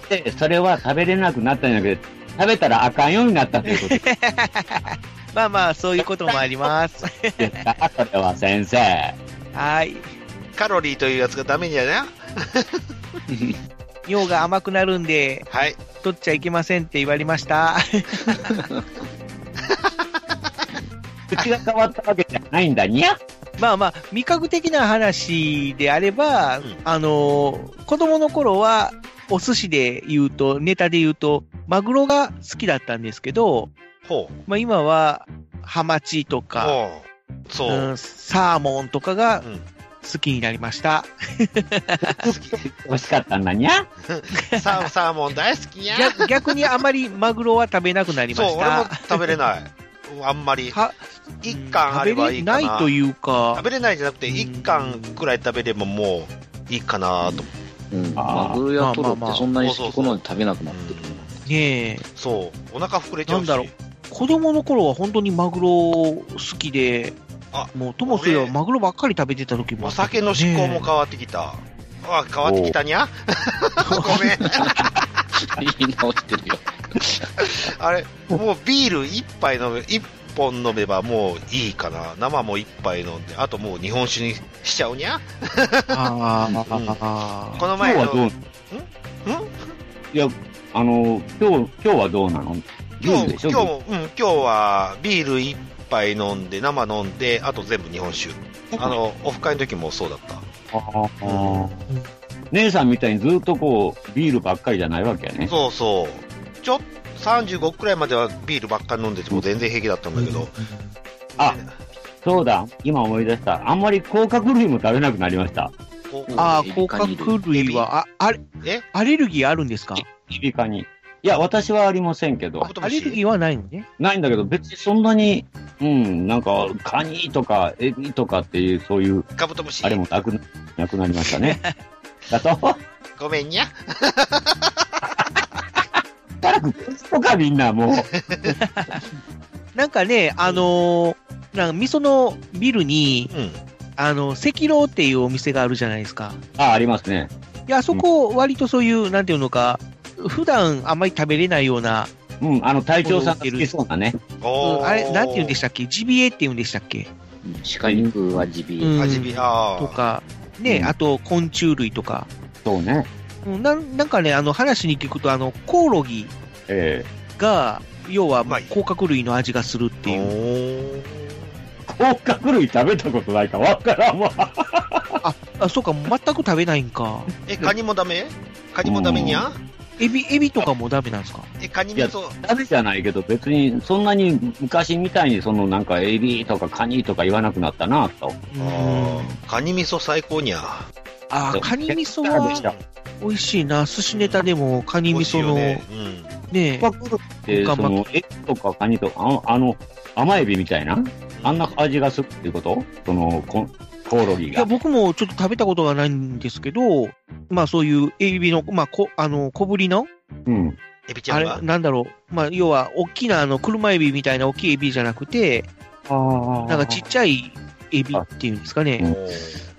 S9: 生、それは食べれなくなったんじゃなくて、食べたらあかんようになったということ
S3: まあまあ、そういうこともあります。
S5: [LAUGHS]
S9: ですかそれは先生。
S3: [LAUGHS] はい。
S5: カロリーというやつがダメにゃな。
S3: 尿が甘くなるんで、
S5: はい。
S3: 取っちゃいけませんって言われました。
S9: 口が変わったわけじゃないんだにゃ。
S3: まあまあ、味覚的な話であれば、
S5: うん
S3: あのー、子供の頃は、お寿司で言うと、ネタで言うと、マグロが好きだったんですけど、
S5: ほう。
S3: まあ今は、ハマチとか、
S5: ほう。そうう。
S3: ん、サーモンとかが
S5: うん
S3: 好きになりました。
S9: 美味しかったんだにゃ。
S5: サーサーモン大好きにゃ [LAUGHS]
S3: 逆逆にあまりマグロは食べなくなりま
S5: そう、
S3: し
S5: 俺も
S3: た。
S5: 食べれない。あんまり。
S3: は
S5: 一貫あればいいかな。
S3: 食べれないというか
S5: 食、べれないじゃなくて、一貫くらい食べればもういいかなと。
S8: うん
S9: あー
S8: マグロやトロってそんなに好き好んで食べなくな
S5: う
S8: ってる。
S5: ん
S3: ねえ、
S5: そう。お腹膨れちゃうし。
S3: なんだろう子供の頃は本当にマグロ好きで
S5: あ、
S3: もうともすれば
S5: 俺
S3: マグロばっかり食べてた時もあ
S5: お
S3: ったけ
S5: 酒
S3: どね
S5: の嗜好も変わってきた。あ、変わってきたにゃ [LAUGHS] ごめん。
S8: 言い直してるよ。
S5: あれ、もうビール一杯飲め、一本飲めばもういいかな。生も一杯飲んで、あともう日本酒にしちゃうにゃ
S3: あー
S5: うん
S3: あ
S5: この
S9: 今日
S5: 前
S9: はどう
S5: の、
S9: いや、あの、今日、今日はどうなのビ
S5: 今
S9: ール
S5: 日、
S9: でしょ
S5: 今日も、うん、今日はビール一杯飲んで、生飲んで、あと全部日本酒。あの、オフ会の時もそうだった。
S9: あー姉さんみたいにずっとこう、ビールばっかりじゃないわけやね。
S5: そうそう。ちょっ35くらいまではビールばっかり飲んでても全然平気だったんだけど。
S9: あ、そうだ、今思い出した。あんまり甲殻類も食べなくなりました。
S5: こ
S8: う
S5: うん
S3: あ、ああ、
S8: エビ
S3: 甲
S8: カニ類
S3: 殻類は、あ、あれ、
S5: え
S3: アレルギーあるんですか
S9: 耳鼻科に。いや、私はありませんけど
S5: あ、
S3: アレルギーはないのね。
S9: ないんだけど、別にそんなに、うん、なんか、カニとか、エビとかっていう、そういう、
S5: カブトムシ
S9: あ。れもなくななくなりまし
S5: [LAUGHS]
S9: たね。だと、
S5: ごめんにゃ。
S9: とかみんなもう、
S3: なんかね、あのーなんか味噌のビルに、
S5: うん。
S3: あの、赤老っていうお店があるじゃないですか。
S9: あ、ありますね。
S3: いや、あそこ、割とそういう、なんていうのか、普段あんまり食べれないような、
S9: うん、あの、隊長さんが好きそうなね。
S5: おー
S3: うんあれ、なんていうんでしたっけジビエっていうんでしたっけ
S8: 鹿肉はジビエ。
S3: うん
S5: 味見、あ
S3: と
S5: あ。
S3: か、ね
S9: う、ん
S3: あと昆虫類とか、
S9: そうね。
S3: うんなんなんかね、あの話に聞くと、あのコオロギ
S9: え
S3: が、要は
S5: うまい
S3: 甲殻類の味がするっていう、
S5: う。
S9: え甲殻類食べたことないかわからんわ。
S3: あそうか、全く食べないんか、
S5: え、カニもダメカニもダメにゃ
S3: エビエビとかもダメなんですか、
S5: え、カニ味噌。
S9: なぜじゃないけど、別にそんなに昔みたいにそのなんかエビとかカニとか言わなくなったなと。
S3: うん
S5: カニ味噌最高にゃ。
S3: あ
S9: そう
S3: カニ味噌
S9: でした
S3: は美味しいな、寿司ネタでもカニ
S5: 美
S3: 味
S5: 味しい
S3: 噌
S5: よ
S3: の、
S5: ね
S3: ね
S5: うん。
S3: え
S9: で、
S3: 頑
S9: そ
S3: 張っ
S9: のエビとかカニとか、ああの、甘エビみたいな、あんな味がするっていうことそのコ、コオロギ
S3: いや
S9: が。
S3: 僕もちょっと食べたことがないんですけど、まあそういうエビの、まあ、こあの小ぶりの、
S9: うん。
S5: エビちゃ
S3: あ
S5: ん
S3: れ
S5: が、
S3: なんだろう、まあ、要は大きなあの車エビみたいな大きいエビじゃなくて、
S9: あ
S3: なんかちっちゃいエビっていうんですかね、
S9: うん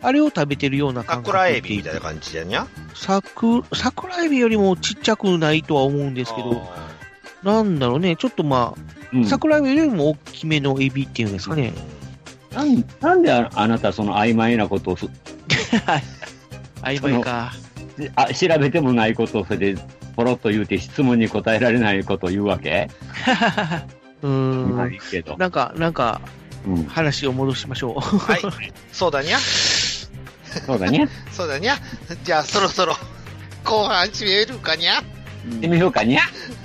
S3: あれを食べてるような感覚
S5: 桜エビみたいな感じじゃにゃ
S3: さく桜エビよりもちっちゃくないとは思うんですけど、
S5: あー
S3: なんだろうね、ちょっとま
S9: う
S3: あ、
S9: ん
S3: 桜エビよりも大きめのエビっていうんですかね、
S9: なんなんでああなたその曖昧なことをす
S3: 曖昧か。
S9: あ、調べてもないことをそれで、ポロッと言うて質問に答えられないことを言うわけ、
S3: [LAUGHS] う
S9: な
S3: ーん
S9: いけど。
S3: なんか、なんか、
S9: うん。
S3: 話を戻しましょう。 [LAUGHS]
S5: はい。そうだにゃ。
S9: そうだね。
S5: そうだにゃ。じゃあ、そろそろ、後半締めるかにゃ。
S9: 行ってみようかにゃ。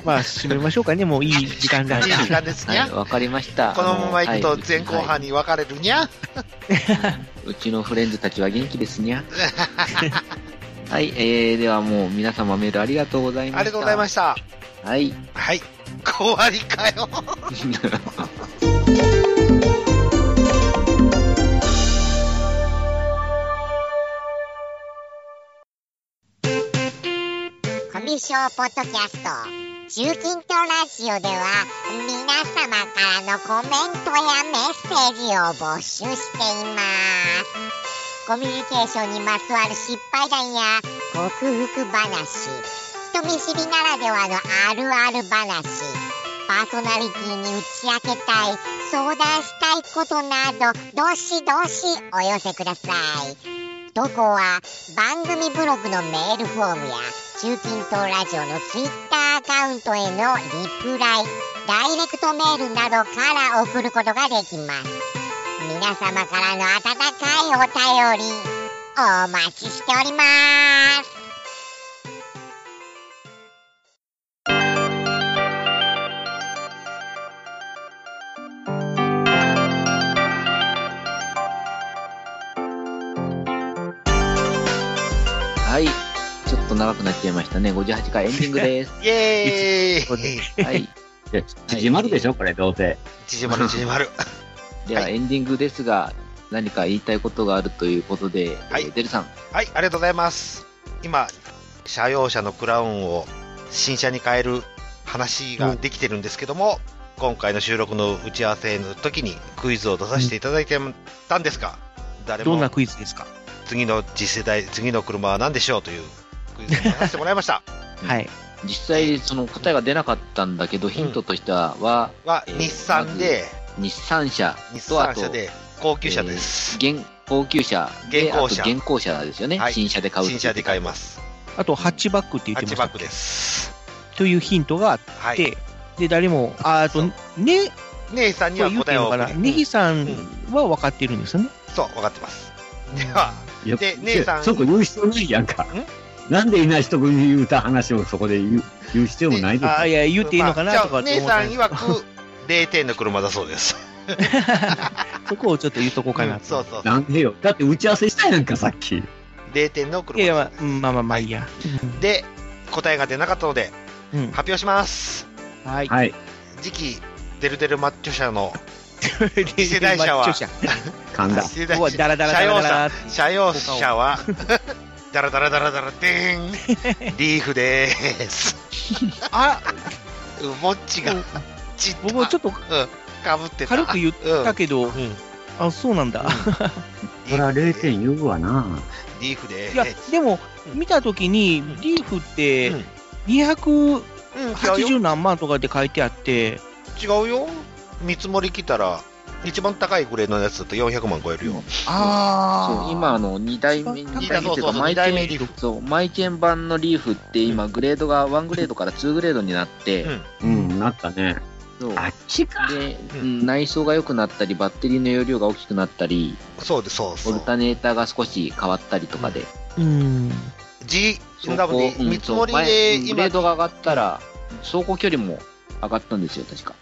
S3: まあ、締めましょうかね、もういい時間だ
S5: いい
S3: し。
S5: 時間です
S8: は
S5: に
S8: い
S5: ゃ。
S8: わかりました。
S5: このまま行く
S8: あ
S5: と
S8: のはい
S5: 前後半に分かれるにゃ。
S8: うちのフレンズたちは元気ですに
S5: [LAUGHS]
S8: ゃ。はい、えー、ではもう皆様メールありがとうございました。
S5: ありがとうございました。
S8: た。はい。
S3: [LAUGHS]
S5: はい。終わりかよ。
S10: コミュ障ポッドキャスト中近東ラジオでは皆様からのコメントやメッセージを募集していますコミュニケーションにまつわる失敗談や克服話人見知りならではのあるある話パーソナリティに打ち明けたい相談したいことなどどしどしお寄せください投稿は番組ブログのメールフォームや中近東ラジオのツイッターアカウントへのリプライダイレクトメールなどから送ることができます皆様からの温かいお便りお待ちしております
S8: はい。ちょっと長くなっちゃいましたね。58回エンディン
S5: [LAUGHS]
S8: グです。
S5: イエ
S3: そう
S5: ーイ
S8: はい。
S9: で縮まるでしょこれ、どうせ。
S5: 縮まる縮まる。
S8: では
S5: は
S8: エンディングですが、何か言いたいことがあるということで、
S5: はい
S8: えーデルさん。
S5: はい、ありがとうございます。今、車用車のクラウンを新車に変える話ができてるんですけども、今回の収録の打ち合わせの時にクイズを出させていただいてたんですが、誰
S3: どんな
S5: も
S3: クイズですか
S5: 次の次世代、次の車は何でしょうというクイズを出させてもらいま
S3: [LAUGHS]
S5: した。
S3: はい。
S8: 実際、その答えが出なかったんだけど、ヒントとしては、
S5: は、
S8: えー
S5: 日産で、
S8: 日産車
S5: 日
S8: と、あ
S5: 産
S8: と、
S5: 車で、高級車です。
S8: 現高級車で、
S5: 現行車
S8: あと現行車ですよね。
S5: はい
S8: 新車で買う。。
S5: 新車で買いますす。
S3: あと、ハッチバックって言っ
S5: ハ
S3: て
S5: ッ
S3: ま
S5: チ
S3: し
S5: バ
S3: た
S5: ッ
S3: っ
S5: ク
S3: け
S5: です。
S3: というヒントがあっ
S5: は
S3: て、
S5: い。
S3: で、誰も、ああと、
S5: そう
S3: ね、
S5: 姉さんに
S3: こ
S5: は
S3: れ言うて
S5: 答
S3: い
S5: え
S3: い
S5: を
S3: の
S5: 送
S3: か
S5: る
S3: な、ネギさん
S5: う
S3: は分かってるんですよね。
S5: そう、分かってます。では、
S9: いや
S5: で姉さん
S9: そこ言う必要ないやんか。なんでいない人が言うた話をそこで言う言う必要もないで
S5: で
S9: す
S3: ああ、いや、言っていいのかな
S5: まあ
S3: とかっ
S5: じ
S3: て
S5: ゃあ
S3: 思ったん
S5: 姉
S3: です
S5: さん曰く、0点の車だそう
S3: [LAUGHS]
S5: です。
S3: そこをちょっと言っとこうかな
S5: うんそうそう。
S9: なんでよ。だって打ち合わせしたやんか、さっき。
S5: 0点の
S3: いやいや、
S5: 車
S3: まあうんまあまあまあいいや。
S5: で、答えが出なかったので、
S3: うんうん
S5: 発表します。
S3: はい。 [LAUGHS]
S9: はい。
S5: 次期、デルデルマッチョ社の、世代車は
S3: マッチョ
S9: 神田。
S5: 世
S3: 車
S5: 代
S3: うわダラダラダラダラって
S5: 車用車は、 [LAUGHS] ダラダラダラダラ、でーん、
S3: [LAUGHS]
S5: リーフでーす。
S3: あ、
S5: もっちが、ち
S3: 僕もちょ
S5: っ
S3: っと
S5: とかぶってた。
S3: 軽く言ったけど、
S5: うん。
S3: あ、そうなんだ。
S9: そら0点言うわな。
S5: リーフで
S3: いや
S5: ーす。、
S3: でも、
S5: うん
S3: 見たときに、リーフって、280
S5: うん、違うよ。
S3: 何万とかって書いてあって、
S5: 違うよ。見積もり来たら、一番高いグレードのやつだと400万超えるよ。
S8: そう今あの2代目2代目っていう
S5: そうそうそ
S8: か
S5: う
S8: マイケ
S5: 二代目リ
S8: ンそうマイケン版のリーフって今グレードが1グレードから2グレードになって、
S9: うん、なったね。
S8: そうで、うん内装が良くなったりバッテリーの容量が大きくなったり
S5: そうですそう
S8: オルタネーターが少し変わったりとかで、
S2: うん。
S5: G、
S8: 走行
S5: W、
S8: うん
S5: 見積もり
S8: そう前
S5: で
S8: うんグレ
S5: 今
S8: ー、ドが上がったら走行距離も上がったんですよ確か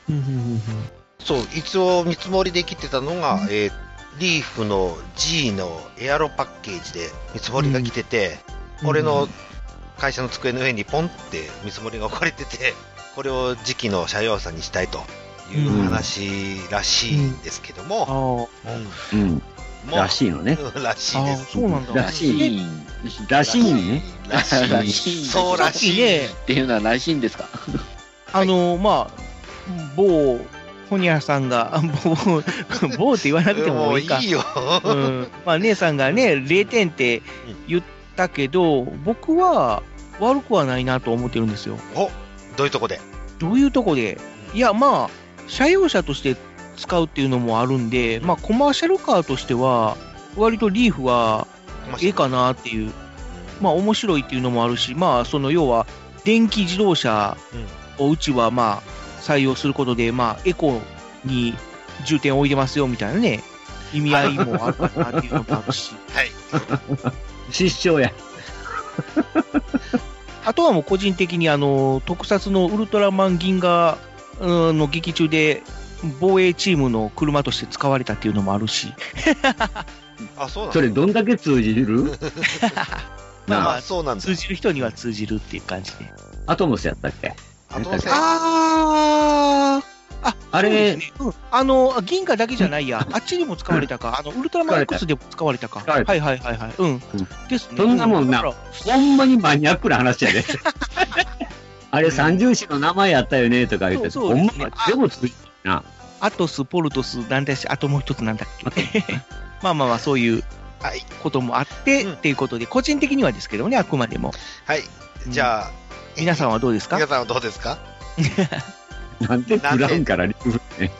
S5: そう、一応見積もりで切ってたのが、えーリーフの G のエアロパッケージで見積もりが来てて、
S2: うん
S5: 俺の会社の机の上にポンって見積もりが置かれてて、これを次期の車用さんにしたいという話らしいんですけども、うん
S9: うん。
S5: もう
S9: らしいのね。
S5: らしいです。
S3: そうなんだ
S9: らしい。らしいね。
S5: らしいそうらしいね
S8: っていうのはらしいんですか
S3: あの、まあ、某、ホニャさんが、 [LAUGHS] 某、某って言わなくてもいいか。
S5: もういいよ
S3: うんまあ、姉さんがね、0点って言ったけど、僕は悪くはないなと思ってるんですよ。
S5: おどういうとこで
S3: どういうとこでいや、まあ、車用車として使うっていうのもあるんで、まあ、コマーシャルカーとしては、割とリーフは、ええかなっていう、まあ、面白いっていうのもあるし、まあ、その、要は、電気自動車をうちは、まあ、採用することで、まあ、エコに重点を置いてますよ、みたいなね、意味合いもあるかなっていうのもある [LAUGHS] し。
S5: はい。
S9: 失笑や。
S3: あとはもう個人的にあの特撮のウルトラマン銀河うんの劇中で防衛チームの車として使われたっていうのもある [LAUGHS] し、
S5: あ、そうなんだ
S9: それどんだけ通じる
S3: まあま
S9: な
S3: あ
S9: あ、
S5: そうなん
S3: 通じる人には通じるっていう感じで。
S9: アトムスやったっけ
S3: ああ、
S9: あれ
S3: そうですねうんあの、あ銀河だけじゃないや、あっちにも使われたか、あのウルトラマン X でも使われたか。はいはいはいはい。うん。ですね。
S9: そんなもんな、
S3: だから
S9: ほんまにマニアックな話やで。あれ三重士の名前やったよねとか言って、
S3: そうそ
S9: ほ
S3: うんですね
S9: までも通じるな。
S3: アトス、ポルトス、なんだし、あともう一つなんだっけ。 [LAUGHS] まあまあまあ、そういうこともあって、っていうことで、個人的にはですけどね、あくまでも。
S5: はい。じゃあ、
S3: 皆さんはどうですか
S5: 皆さんはどうですか
S9: なんで
S5: なん
S9: ブ
S5: で
S9: ラウンからリブね。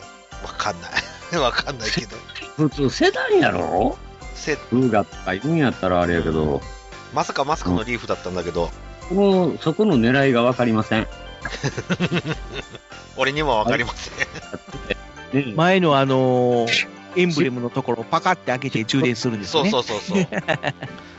S5: わかんない。 [LAUGHS] わかんないけど。
S9: 普通セダンやろ
S5: セ
S9: ブーガとか言うんやったらあれやけど、
S5: まさかまさかのリーフだったんだけ
S3: [LAUGHS]
S5: ど、
S9: もうそこの狙いがわかりません。
S5: 俺にもわかりません。
S3: [LAUGHS] 前のあのーエンブレムのところをパカって開けて充電するんですよね。
S5: そうそうそうそう。
S3: [LAUGHS]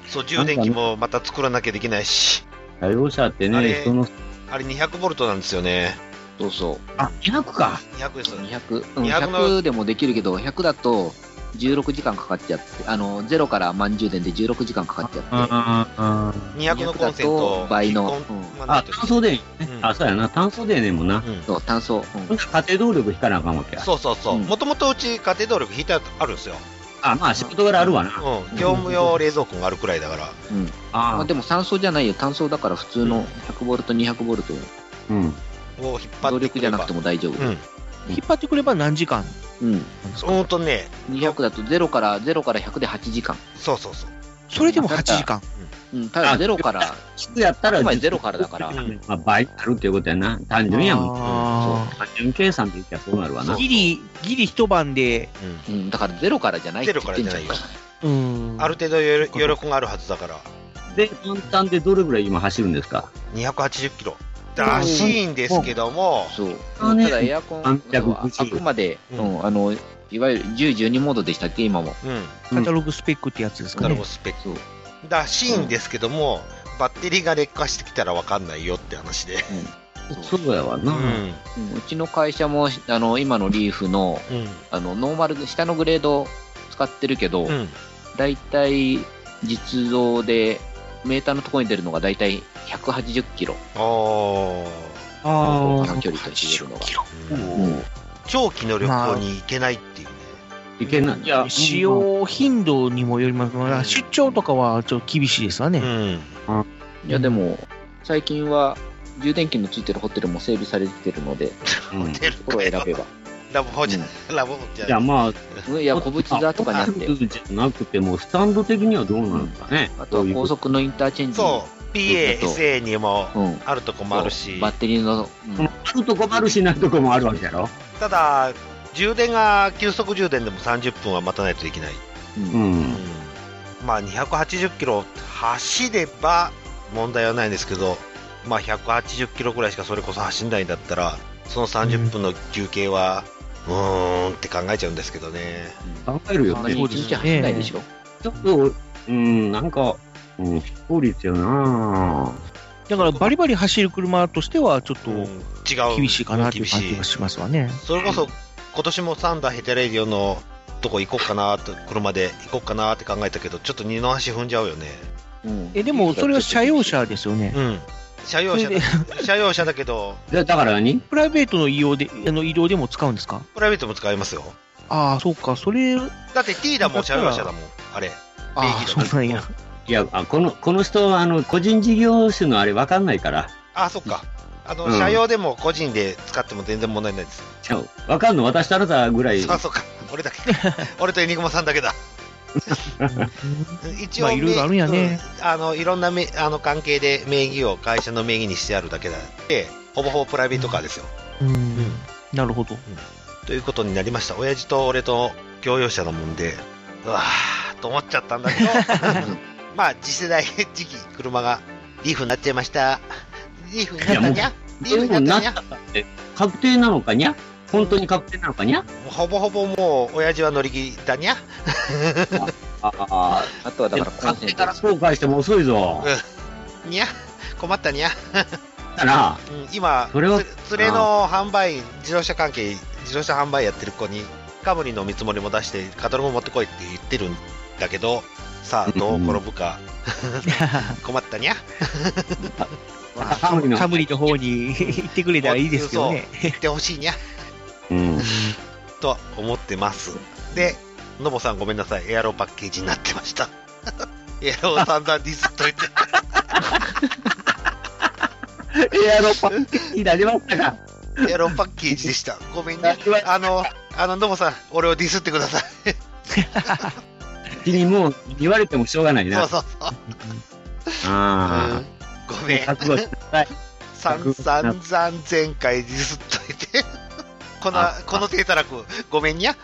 S5: そう、充電器もまた作らなきゃできないし、
S9: 対応者って
S5: あ
S9: ね、
S5: れ
S9: 人の、
S5: あれ200ボルトなんですよね。
S8: そうそう
S9: あ200か
S5: 200です。
S8: 100, うん
S5: 200
S8: 100,
S5: の
S8: でもできるけど100だと16時間かかっちゃってあのゼロから満充電で16時間かかっちゃって
S9: あ
S5: 200のコンセント
S8: 200だと倍の、
S9: あ、炭素電源ね。あ、そうやな、炭素電源もな。
S8: そう、炭素。
S9: 家庭動力引かなあかんわけや。
S5: そうそうそう。もともとうち家庭動力引いてあるんですよ。
S9: あ、まあ仕事柄あるわな。
S5: うん。業務用冷蔵庫があるくらいだから。
S8: うんまあ、でも酸素じゃないよ炭素だから普通の100ボルト200ボルト
S9: うん
S5: を引っ
S8: 張って努力じゃなくても大丈夫、
S3: 引っ張ってくれば何時間
S8: うん
S5: ほんとね
S8: 200だと0から0から100で8時間
S5: そうそうそう
S3: それでも8時間
S8: うんただ0から
S9: 1やったら
S8: ゼロからだから、
S9: まあ、倍あるっていうことやな。単純やもん。
S3: あ
S9: そう単純計算でいきゃそうなるわな。
S3: ギリ、ギリ一晩で、
S8: うん、だからゼロからじゃない
S5: ゼロからじゃないよ。
S3: うん。
S5: ある程度余余力があるはずだから。
S9: で、簡単でどれぐらい今走るんですか
S5: 280キロらしいんですけども、
S8: そう
S9: あね
S8: ただエアコンあ
S9: 350
S8: くまで、うんあのいわゆる1012モードでしたっけ今も
S5: うん、
S3: カタログスペックってやつですか
S5: カタ
S3: ね
S5: ロ。グスペックらしいんですけども、バッテリーが劣化してきたらわかんないよって話で、
S9: そうやわな。
S8: うんうちの会社もあの今のリーフのあのノーマル下のグレード使ってるけど、だいたい実動でメーターのところに出るのがだいたい180キロ
S2: あ
S8: 短距離として出るのが
S5: 長期の旅行に行けないっていうね、
S9: いけない。や、
S3: 使用頻度にもよります。まあ出張とかはちょっと厳しいですわね。
S8: いやでも最近は充電器のついてるホテルも整備されてきてるので、
S9: うん、
S8: ところを選べば
S5: ラブホじゃない、ラブホじゃ
S9: いや、まあ、
S8: うんいや小淵沢とかにあって
S9: ホテルじゃなくても、スタンド的にはどうなんですかね。
S8: あとは高速のインターチェンジ
S5: そう、PA、SA にもあるとこもあるし、
S8: バッテリーの、
S9: あるとこもあるし、ないとこもあるわけやろ。
S5: ただ、充電が急速充電でも30分は待たないといけない、
S9: うん。
S5: まあ、280キロ走れば問題はないんですけど、まあ、180キロぐらいしかそれこそ走んないんだったらその30分の休憩は、うーんって考えちゃうんですけどね。
S9: 考えるよね。
S5: そうですね一日走んないでしょ
S9: ちょっと、うん、なんか、うん、非効率よな
S3: だからバリバリ走る車としてはちょっと
S5: 違う
S3: 厳しいかなっていう感じがしますわね。
S5: それこそ今年もサンダーヘテレディオのとこ行こうかなと車で行こうかなって考えたけどちょっと二の足踏んじゃうよね
S3: えでもそれは車用車ですよね。
S5: 車用車だ車用車だけど
S9: だから何
S3: プライベートの移動であの移動でも使うんですか
S5: プライベートも使えますよ
S3: ああ、そうか、それ、あ
S5: だってティーダも車用車だもんあれ
S3: あ、そうなんや。
S9: いや、あこの、この人は、あの、個人事業主のあれわかんないから。
S5: あそっかあの、
S9: うん
S5: 車用でも個人で使っても全然問題ないです
S9: ちゃう。わかんの私とあなたぐらい。
S5: あそっか俺
S9: [LAUGHS]
S5: だけ俺とエニグマさんだけだ一応、
S9: まあいろいろあるんやね
S5: うんあのいろんなめあの関係で名義を会社の名義にしてあるだけだでほぼほぼプライベートカーですよ
S3: うん。なるほど。 [LAUGHS]
S5: ということになりました親父と俺と共用者なもんでうわーと思っちゃったんだけ [LAUGHS] どまあ次世代次期車がリーフになっちゃいましたリーフになったにゃリーフにな
S9: も
S5: った
S9: うなっ
S5: に
S9: ち
S5: ゃ
S9: ゃったって、確定なのかにゃ本当に確定なのかにゃ
S5: ほぼほぼもう親父は乗り気だにゃ
S9: ああ、
S8: あとはだから
S9: 買ってから後悔しても遅いぞ。
S5: にゃ困ったにゃ
S9: だな、
S5: うん今
S9: それは
S5: つ連れの販売員自動車関係自動車販売やってる子にカムリの見積もりも出してカタログ持ってこいって言ってるんだけどさあどう転ぶか困ったにゃ
S9: カムリの
S3: カムリの方に行ってくれたらいいですけどね。
S5: そう言ってほしいにゃ
S9: うん。
S5: と思ってますでのぼさんごめんなさいエアローパッケージになってました [LAUGHS] エアローさんだディスっといて
S9: エアロパッケージになりましたか。
S5: エアローパッケージでしたごめんねあのあののぼさん俺をディスってください
S9: 君もう言われてもしょうがないな。
S5: そうそうそう
S9: あ
S5: ごめん
S9: 覚悟しなさい。
S5: さんざんざん前回ディスっといて [LAUGHS] このこの手たらくごめんにゃ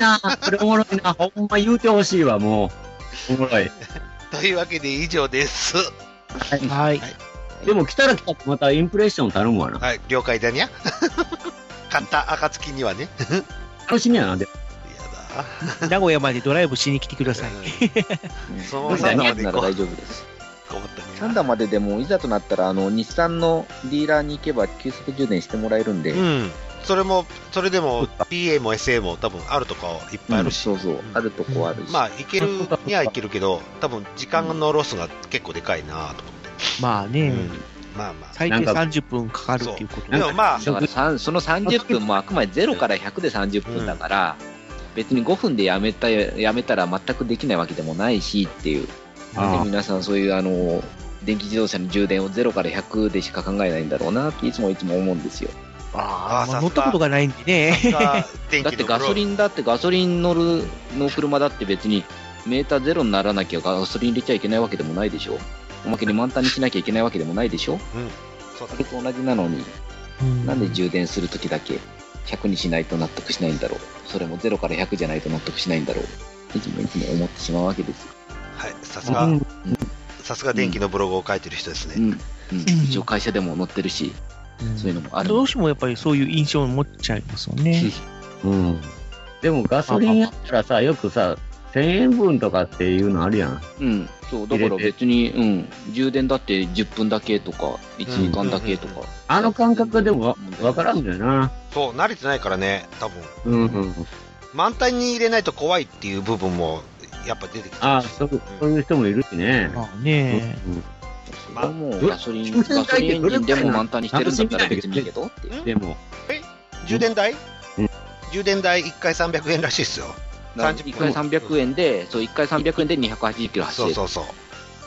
S9: あ。これおもろいな。ほんま言うてほしいわ、もう。おもろい。
S5: というわけで以上です
S3: はい。
S9: でも来たら来たってまたインプレッション頼むわな。
S5: はい了解だにゃ [LAUGHS] 買った暁にはね
S9: 楽しみやな、でも
S3: 名古屋までドライブしに来てください。
S5: そ
S8: うんサンダーまでなら大丈夫です。サンダーまででも、いざとなったら、あの、日産のディーラーに行けば急速充電してもらえるんで。
S5: うんそれもそれでも PA も SA も多分あるとこいっぱいあるし、
S8: うんそうそう、あるとこあるし。
S5: まあいけるにはいけるけど多分時間のロスが結構でかいなと思って、
S3: まあね、
S5: まあまあ
S3: 最低30分かかるっていうこと
S5: でもまあ
S8: だからさんその30分もあくまで0から100で30分だから、別に5分でやめたやめたら全くできないわけでもないしっていう、なんで皆さん、そういうあの電気自動車の充電を0から100でしか考えないんだろうなっていつもいつも思うんですよ。
S3: あーまあ乗ったことがないんでね。 [LAUGHS]
S8: だってガソリンだってガソリン乗るの車だって別にメーターゼロにならなきゃガソリン入れちゃいけないわけでもないでしょおまけに満タンにしなきゃいけないわけでもないでしょ
S5: うん
S8: それと同じなのになんで充電するときだけ100にしないと納得しないんだろうそれも0から100じゃないと納得しないんだろういつもいつも思ってしまうわけですよ
S5: はいさすが、さすが電気のブログを書いてる人ですね、
S8: うん一応会社でも乗ってるしそういうのもある
S3: どうしてもやっぱりそういう印象を持っちゃいますよね。
S9: うん。でもガソリンやったらさ、よくさ、1000円分とかっていうのあるやん。
S8: うんそうだから別に、うん、充電だって10分だけとか1時間だけとか、
S9: あの感覚でもわわからんだよな。
S5: そう慣れてないからね多分
S9: うんうん。
S5: 満タンに入れないと怖いっていう部分もやっぱ出てきて
S9: ああ、そうそういう人もいるしね。
S3: まあね
S9: うんうん
S8: まあ、も
S9: ど
S8: うガソリン、ガソリンエンジンでも満タンにしてるんだったら別にいいけどっていう。
S9: でも、
S5: 充電台、充電台1回300円らしいですよ
S8: 1回300円で、そう、1回300円で280キロ走れる。
S5: そうそうそう。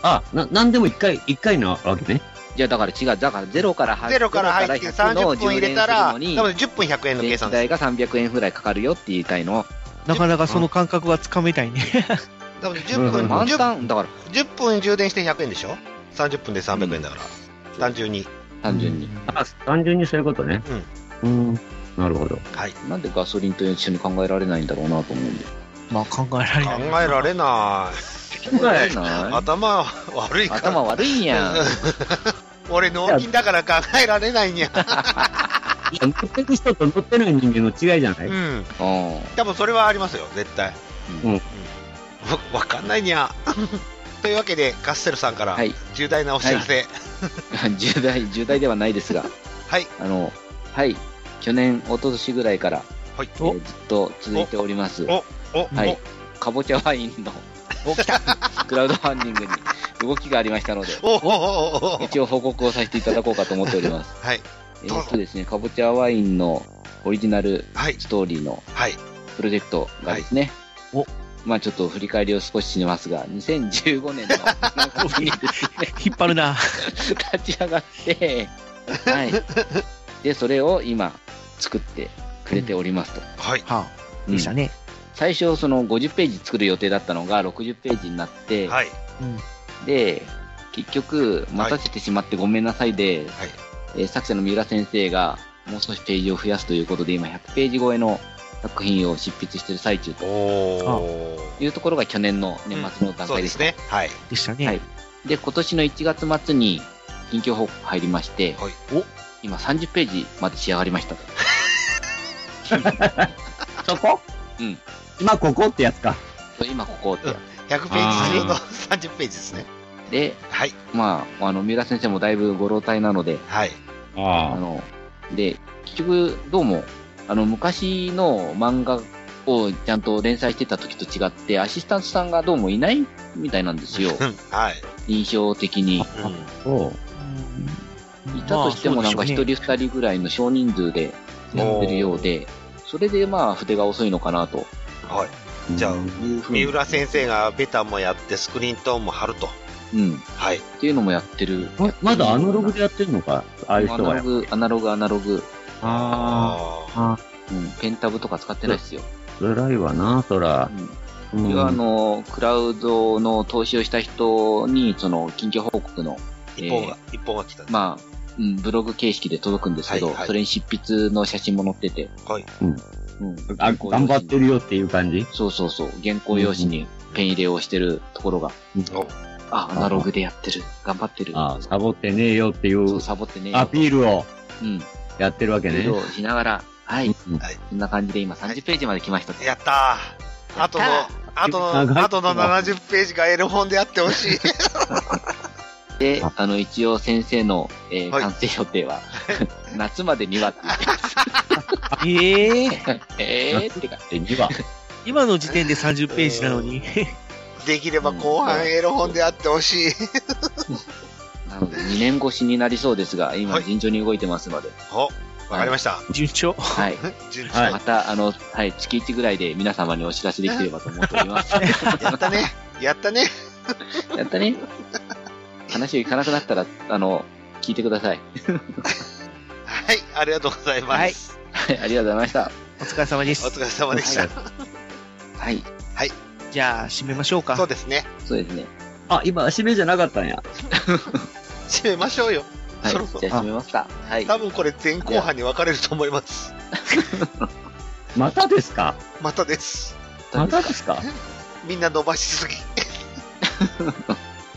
S9: あ、な、なんでも一回、一回なわけね。
S8: じゃあだから違う、だからゼロから入
S5: ゼロから入って30分入れたら多分
S8: 多分
S5: 10分100円
S8: の計算代が300円ぐらいかかるよって言いたいの。
S3: なかなかその感覚はつかめたいね。
S5: 多分10分、
S8: うん満タン
S5: 10
S8: だから
S5: 10分充電して100円でしょ30分で300円だから、単純に
S8: 単純に
S9: あ、単純にそういうことね。うん。なるほど。
S8: なんでガソリンと一緒に考えられないんだろうなと思うんで。
S3: [LAUGHS] まあ考えられ
S5: 考えられない。
S8: 考えられない
S5: 頭悪いから。
S8: 頭悪いんやん。
S5: 俺、脳筋だから考えられないんや。
S9: 乗ってる人と乗ってない人間の違いじゃない
S5: うん。
S8: うん。
S5: 多分それはありますよ、絶対。
S9: うん。
S5: わわかんないにゃ。というわけで、カッセルさんから
S8: はい [LAUGHS]
S5: 重大なお知らせ。
S8: 重大、重大ではないですが、
S5: はい。
S8: あの、はい、去年、一昨年ぐらいから、
S5: はい。
S8: えーずっと続いております、
S5: お、お、
S8: はい、かぼちゃワインの、おきた [LAUGHS] クラウドファンディングに動きがありましたので、
S5: お、お、お、お、お、
S8: 一応報告をさせていただこうかと思っております。
S5: はい。
S8: えーっとですね、かぼちゃワインのオリジナル
S5: はい。
S8: ストーリーの
S5: はい。
S8: プロジェクトがですね、
S3: はいお
S8: まあちょっと振り返りを少ししますが、2015年の夏にですね、
S3: 引っ張
S8: [LAUGHS]
S3: るな。
S8: 立ち上がって、はい。で、それを今、作ってくれておりますと。
S5: はい。
S3: はあ、
S8: う
S3: で
S8: ん
S3: したね。
S8: 最初、その50ページ作る予定だったのが60ページになって、
S5: はい。
S8: で、結局、待たせてしまってごめんなさいで、
S5: はい。
S8: えー作者の三浦先生がもう少しページを増やすということで、今100ページ超えの作品を執筆している最中と
S5: おー。
S8: いうところが去年の年末の段
S5: そう
S8: 階
S5: で
S8: ですした。
S5: ね。はい。
S3: でしたね。
S8: はいで、今年の1月末に近況報告入りまして、
S5: はい
S8: お今30ページまで仕上がりまし
S5: [LAUGHS]
S8: たと。 [LAUGHS]
S9: そこ
S8: うん。
S9: 今ここってやつか。
S8: 今ここってや
S5: 100ページ分の30ページですね。
S8: つ。で、
S5: はい。
S8: まあ、あの、三浦先生もだいぶご老体なので、
S5: はい。
S8: あ
S9: あ
S8: の、で、結局、どうも、あの、昔の漫画をちゃんと連載してた時と違って、アシスタントさんがどうもいないみたいなんです
S9: [LAUGHS]
S8: よ。
S5: はい。
S8: 印象的に。
S9: あ。そう。
S8: いたとしてもなんか一人二人ぐらいの少人数でやってるようで、それでまあ筆が遅いのかなと
S5: はい。じゃあ
S8: いうふう
S5: 三
S8: に。
S5: 浦先生がベタもやって、スクリーントーンも貼ると。
S8: うん。っ
S5: はい。
S8: ていうのもやってる。
S9: ままだアナログでやってるのかああいう
S8: ア
S9: 人
S8: ナロ
S9: は。
S8: グ、アナログ、アナログ。
S9: あ
S5: あ
S8: うん。ペンタブとか使ってないですよ。
S9: あ、辛いわな、そら
S8: う。ん。
S9: う
S8: これはあ
S9: ん。
S8: の、クラウドの投資をした人に、その、緊急報告の、
S5: ー。一本が、一本が来た。
S8: まあ、うん、ブログ形式で届くんですけど、
S5: はいはい
S8: それに執筆の写真も載ってて、
S5: はい。
S8: うん、
S9: あ
S8: 原稿用紙
S9: 頑
S8: に
S9: 張ってるよっていう感じ
S8: そうそうそう、原稿用紙にペン入れをしてるところが、
S5: お
S8: あ、アナログでやってる、頑張ってる、
S9: ああ、サボってねえよってい
S8: そう
S9: う
S8: サボってねえよ
S9: アピールを
S8: うん、
S9: やってるわけ
S8: リー
S9: ね
S8: ド。をしながら、はい、
S9: うん
S8: こんな感じで今30ページまで来ました。
S5: やったー。あとの、あとの、あとの70ページがエロ本であってほしい。
S8: で、あの、一応先生の、えー
S5: はい
S8: 完成予定
S5: [LAUGHS]
S8: は、夏までにはって言って
S3: ええ
S8: [LAUGHS]
S3: ー、
S8: えーってか、
S9: で、2話。
S3: 今の時点で30ページなのに。
S5: できれば後半エロ本であってほしい。
S8: なので2年越しになりそうですが、今
S5: はい
S8: 順調に動いてますので、
S5: お、わかりました。
S3: 順調。
S8: はい。
S5: 順調。
S9: はい
S8: また、あの、はい、月1ぐらいで皆様にお知らせできればと思っております。
S5: [LAUGHS] やったね。やったね。
S8: やったね。話をいかなくなったら、あの、聞いてください。
S5: はい。ありがとうございます。
S8: はい、ありがとうございました。
S3: お疲れ様で
S5: お
S3: す
S5: 疲。れ様でした。
S8: はい、
S3: じゃあ、締めましょうか。
S5: そうですね。
S8: そうですね。
S9: あ、今、締めじゃなかったんや。
S5: 締めましょうよ。
S8: はい、
S5: そろそろ
S8: じゃあ閉めますか。はい。
S5: 多分これ前後半に分かれると思います。
S9: またですか
S5: またです。
S9: またですか
S5: みんな伸ばし
S8: [LAUGHS]
S5: すぎ。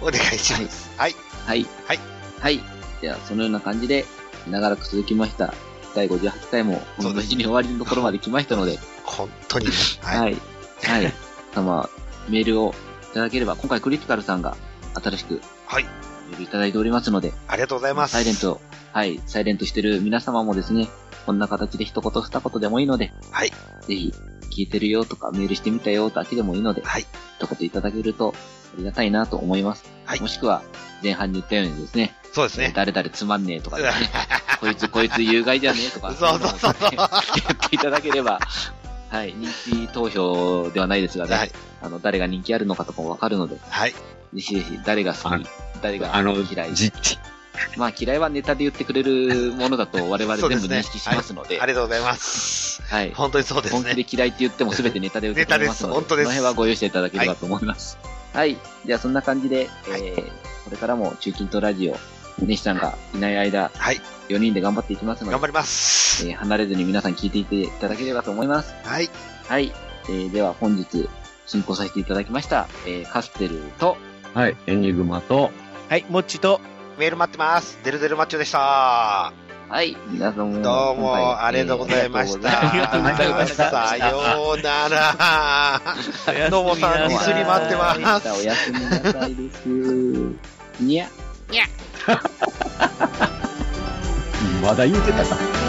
S5: お願いします。はい。
S8: はい。
S5: はい。
S8: はい。じゃあ、そのような感じで、長らく続きました。第58回も、
S5: そ
S8: 本
S5: う
S8: 当
S5: で
S8: に
S5: す
S8: 終わりのところまで来ましたので、
S5: 本当に。はい。
S8: はい。はい。 [LAUGHS] 皆様、メールをいただければ、今回クリティカルさんが新しく
S5: はい。
S8: メールいただいておりますので、
S5: ありがとうございます。
S8: サイレン。ト、はい、サイレントしてる皆様もですね、こんな形で一言二言でもいいので、
S5: はい。
S8: ぜひ、聞いてるよとか、メールしてみたよだけでもいいので、
S5: はい。
S8: 一言いただけるとありがたいなと思います。
S5: はい
S8: もしくは、前半に言ったようにですね、
S5: そうですね。
S8: 誰々つまんねえと
S5: [LAUGHS]
S8: かですね、こいつこいつ有害じゃねえとか、
S5: そうそうそうそう
S8: いのを言っていただ
S5: [LAUGHS]
S8: ければ、はい、人気投票ではないですがね、
S5: はい。
S8: あの、誰が人気あるのかとかもわかるので、ぜ
S5: はい。
S8: ひぜひ、誰が好き、誰が
S9: あの、
S8: 嫌い、
S9: じっち。
S8: まあ嫌いはネタで言ってくれるものだと我々
S5: そう
S8: 全
S5: です
S8: 部
S5: ね
S8: 認識しますので、
S5: ありがとうございます。
S8: はい。
S5: 本当にそうです
S8: 本気
S5: ね。
S8: で嫌いって言っても全てネタで受け止めますの
S5: ネ
S8: で、
S5: タです本当です
S8: この辺はご用意していただければと思います。はい。じゃあそんな感じで、えーこれからも中近東ラジオ、西さんがいない間、
S5: はい、
S8: 4人で頑張っていきますので、
S5: 頑張ります、
S8: えー離れずに皆さん聞いていていただければと思います。
S5: はい。
S8: はい。えーでは本日、進行させていただきました、えーカステルと、
S9: はい、エニグマと、
S3: はい、もっちと、
S5: メール待ってます。デルデルマッチョでした。
S8: はい、皆さんも、
S5: どう
S8: 今回
S5: も、ありがとうございました。
S8: えーありがとうございました。
S5: さようなら。どうも [LAUGHS] さん、にすり待ってます。
S8: おやすみなさいです。にゃ。
S9: まだ言うてたか。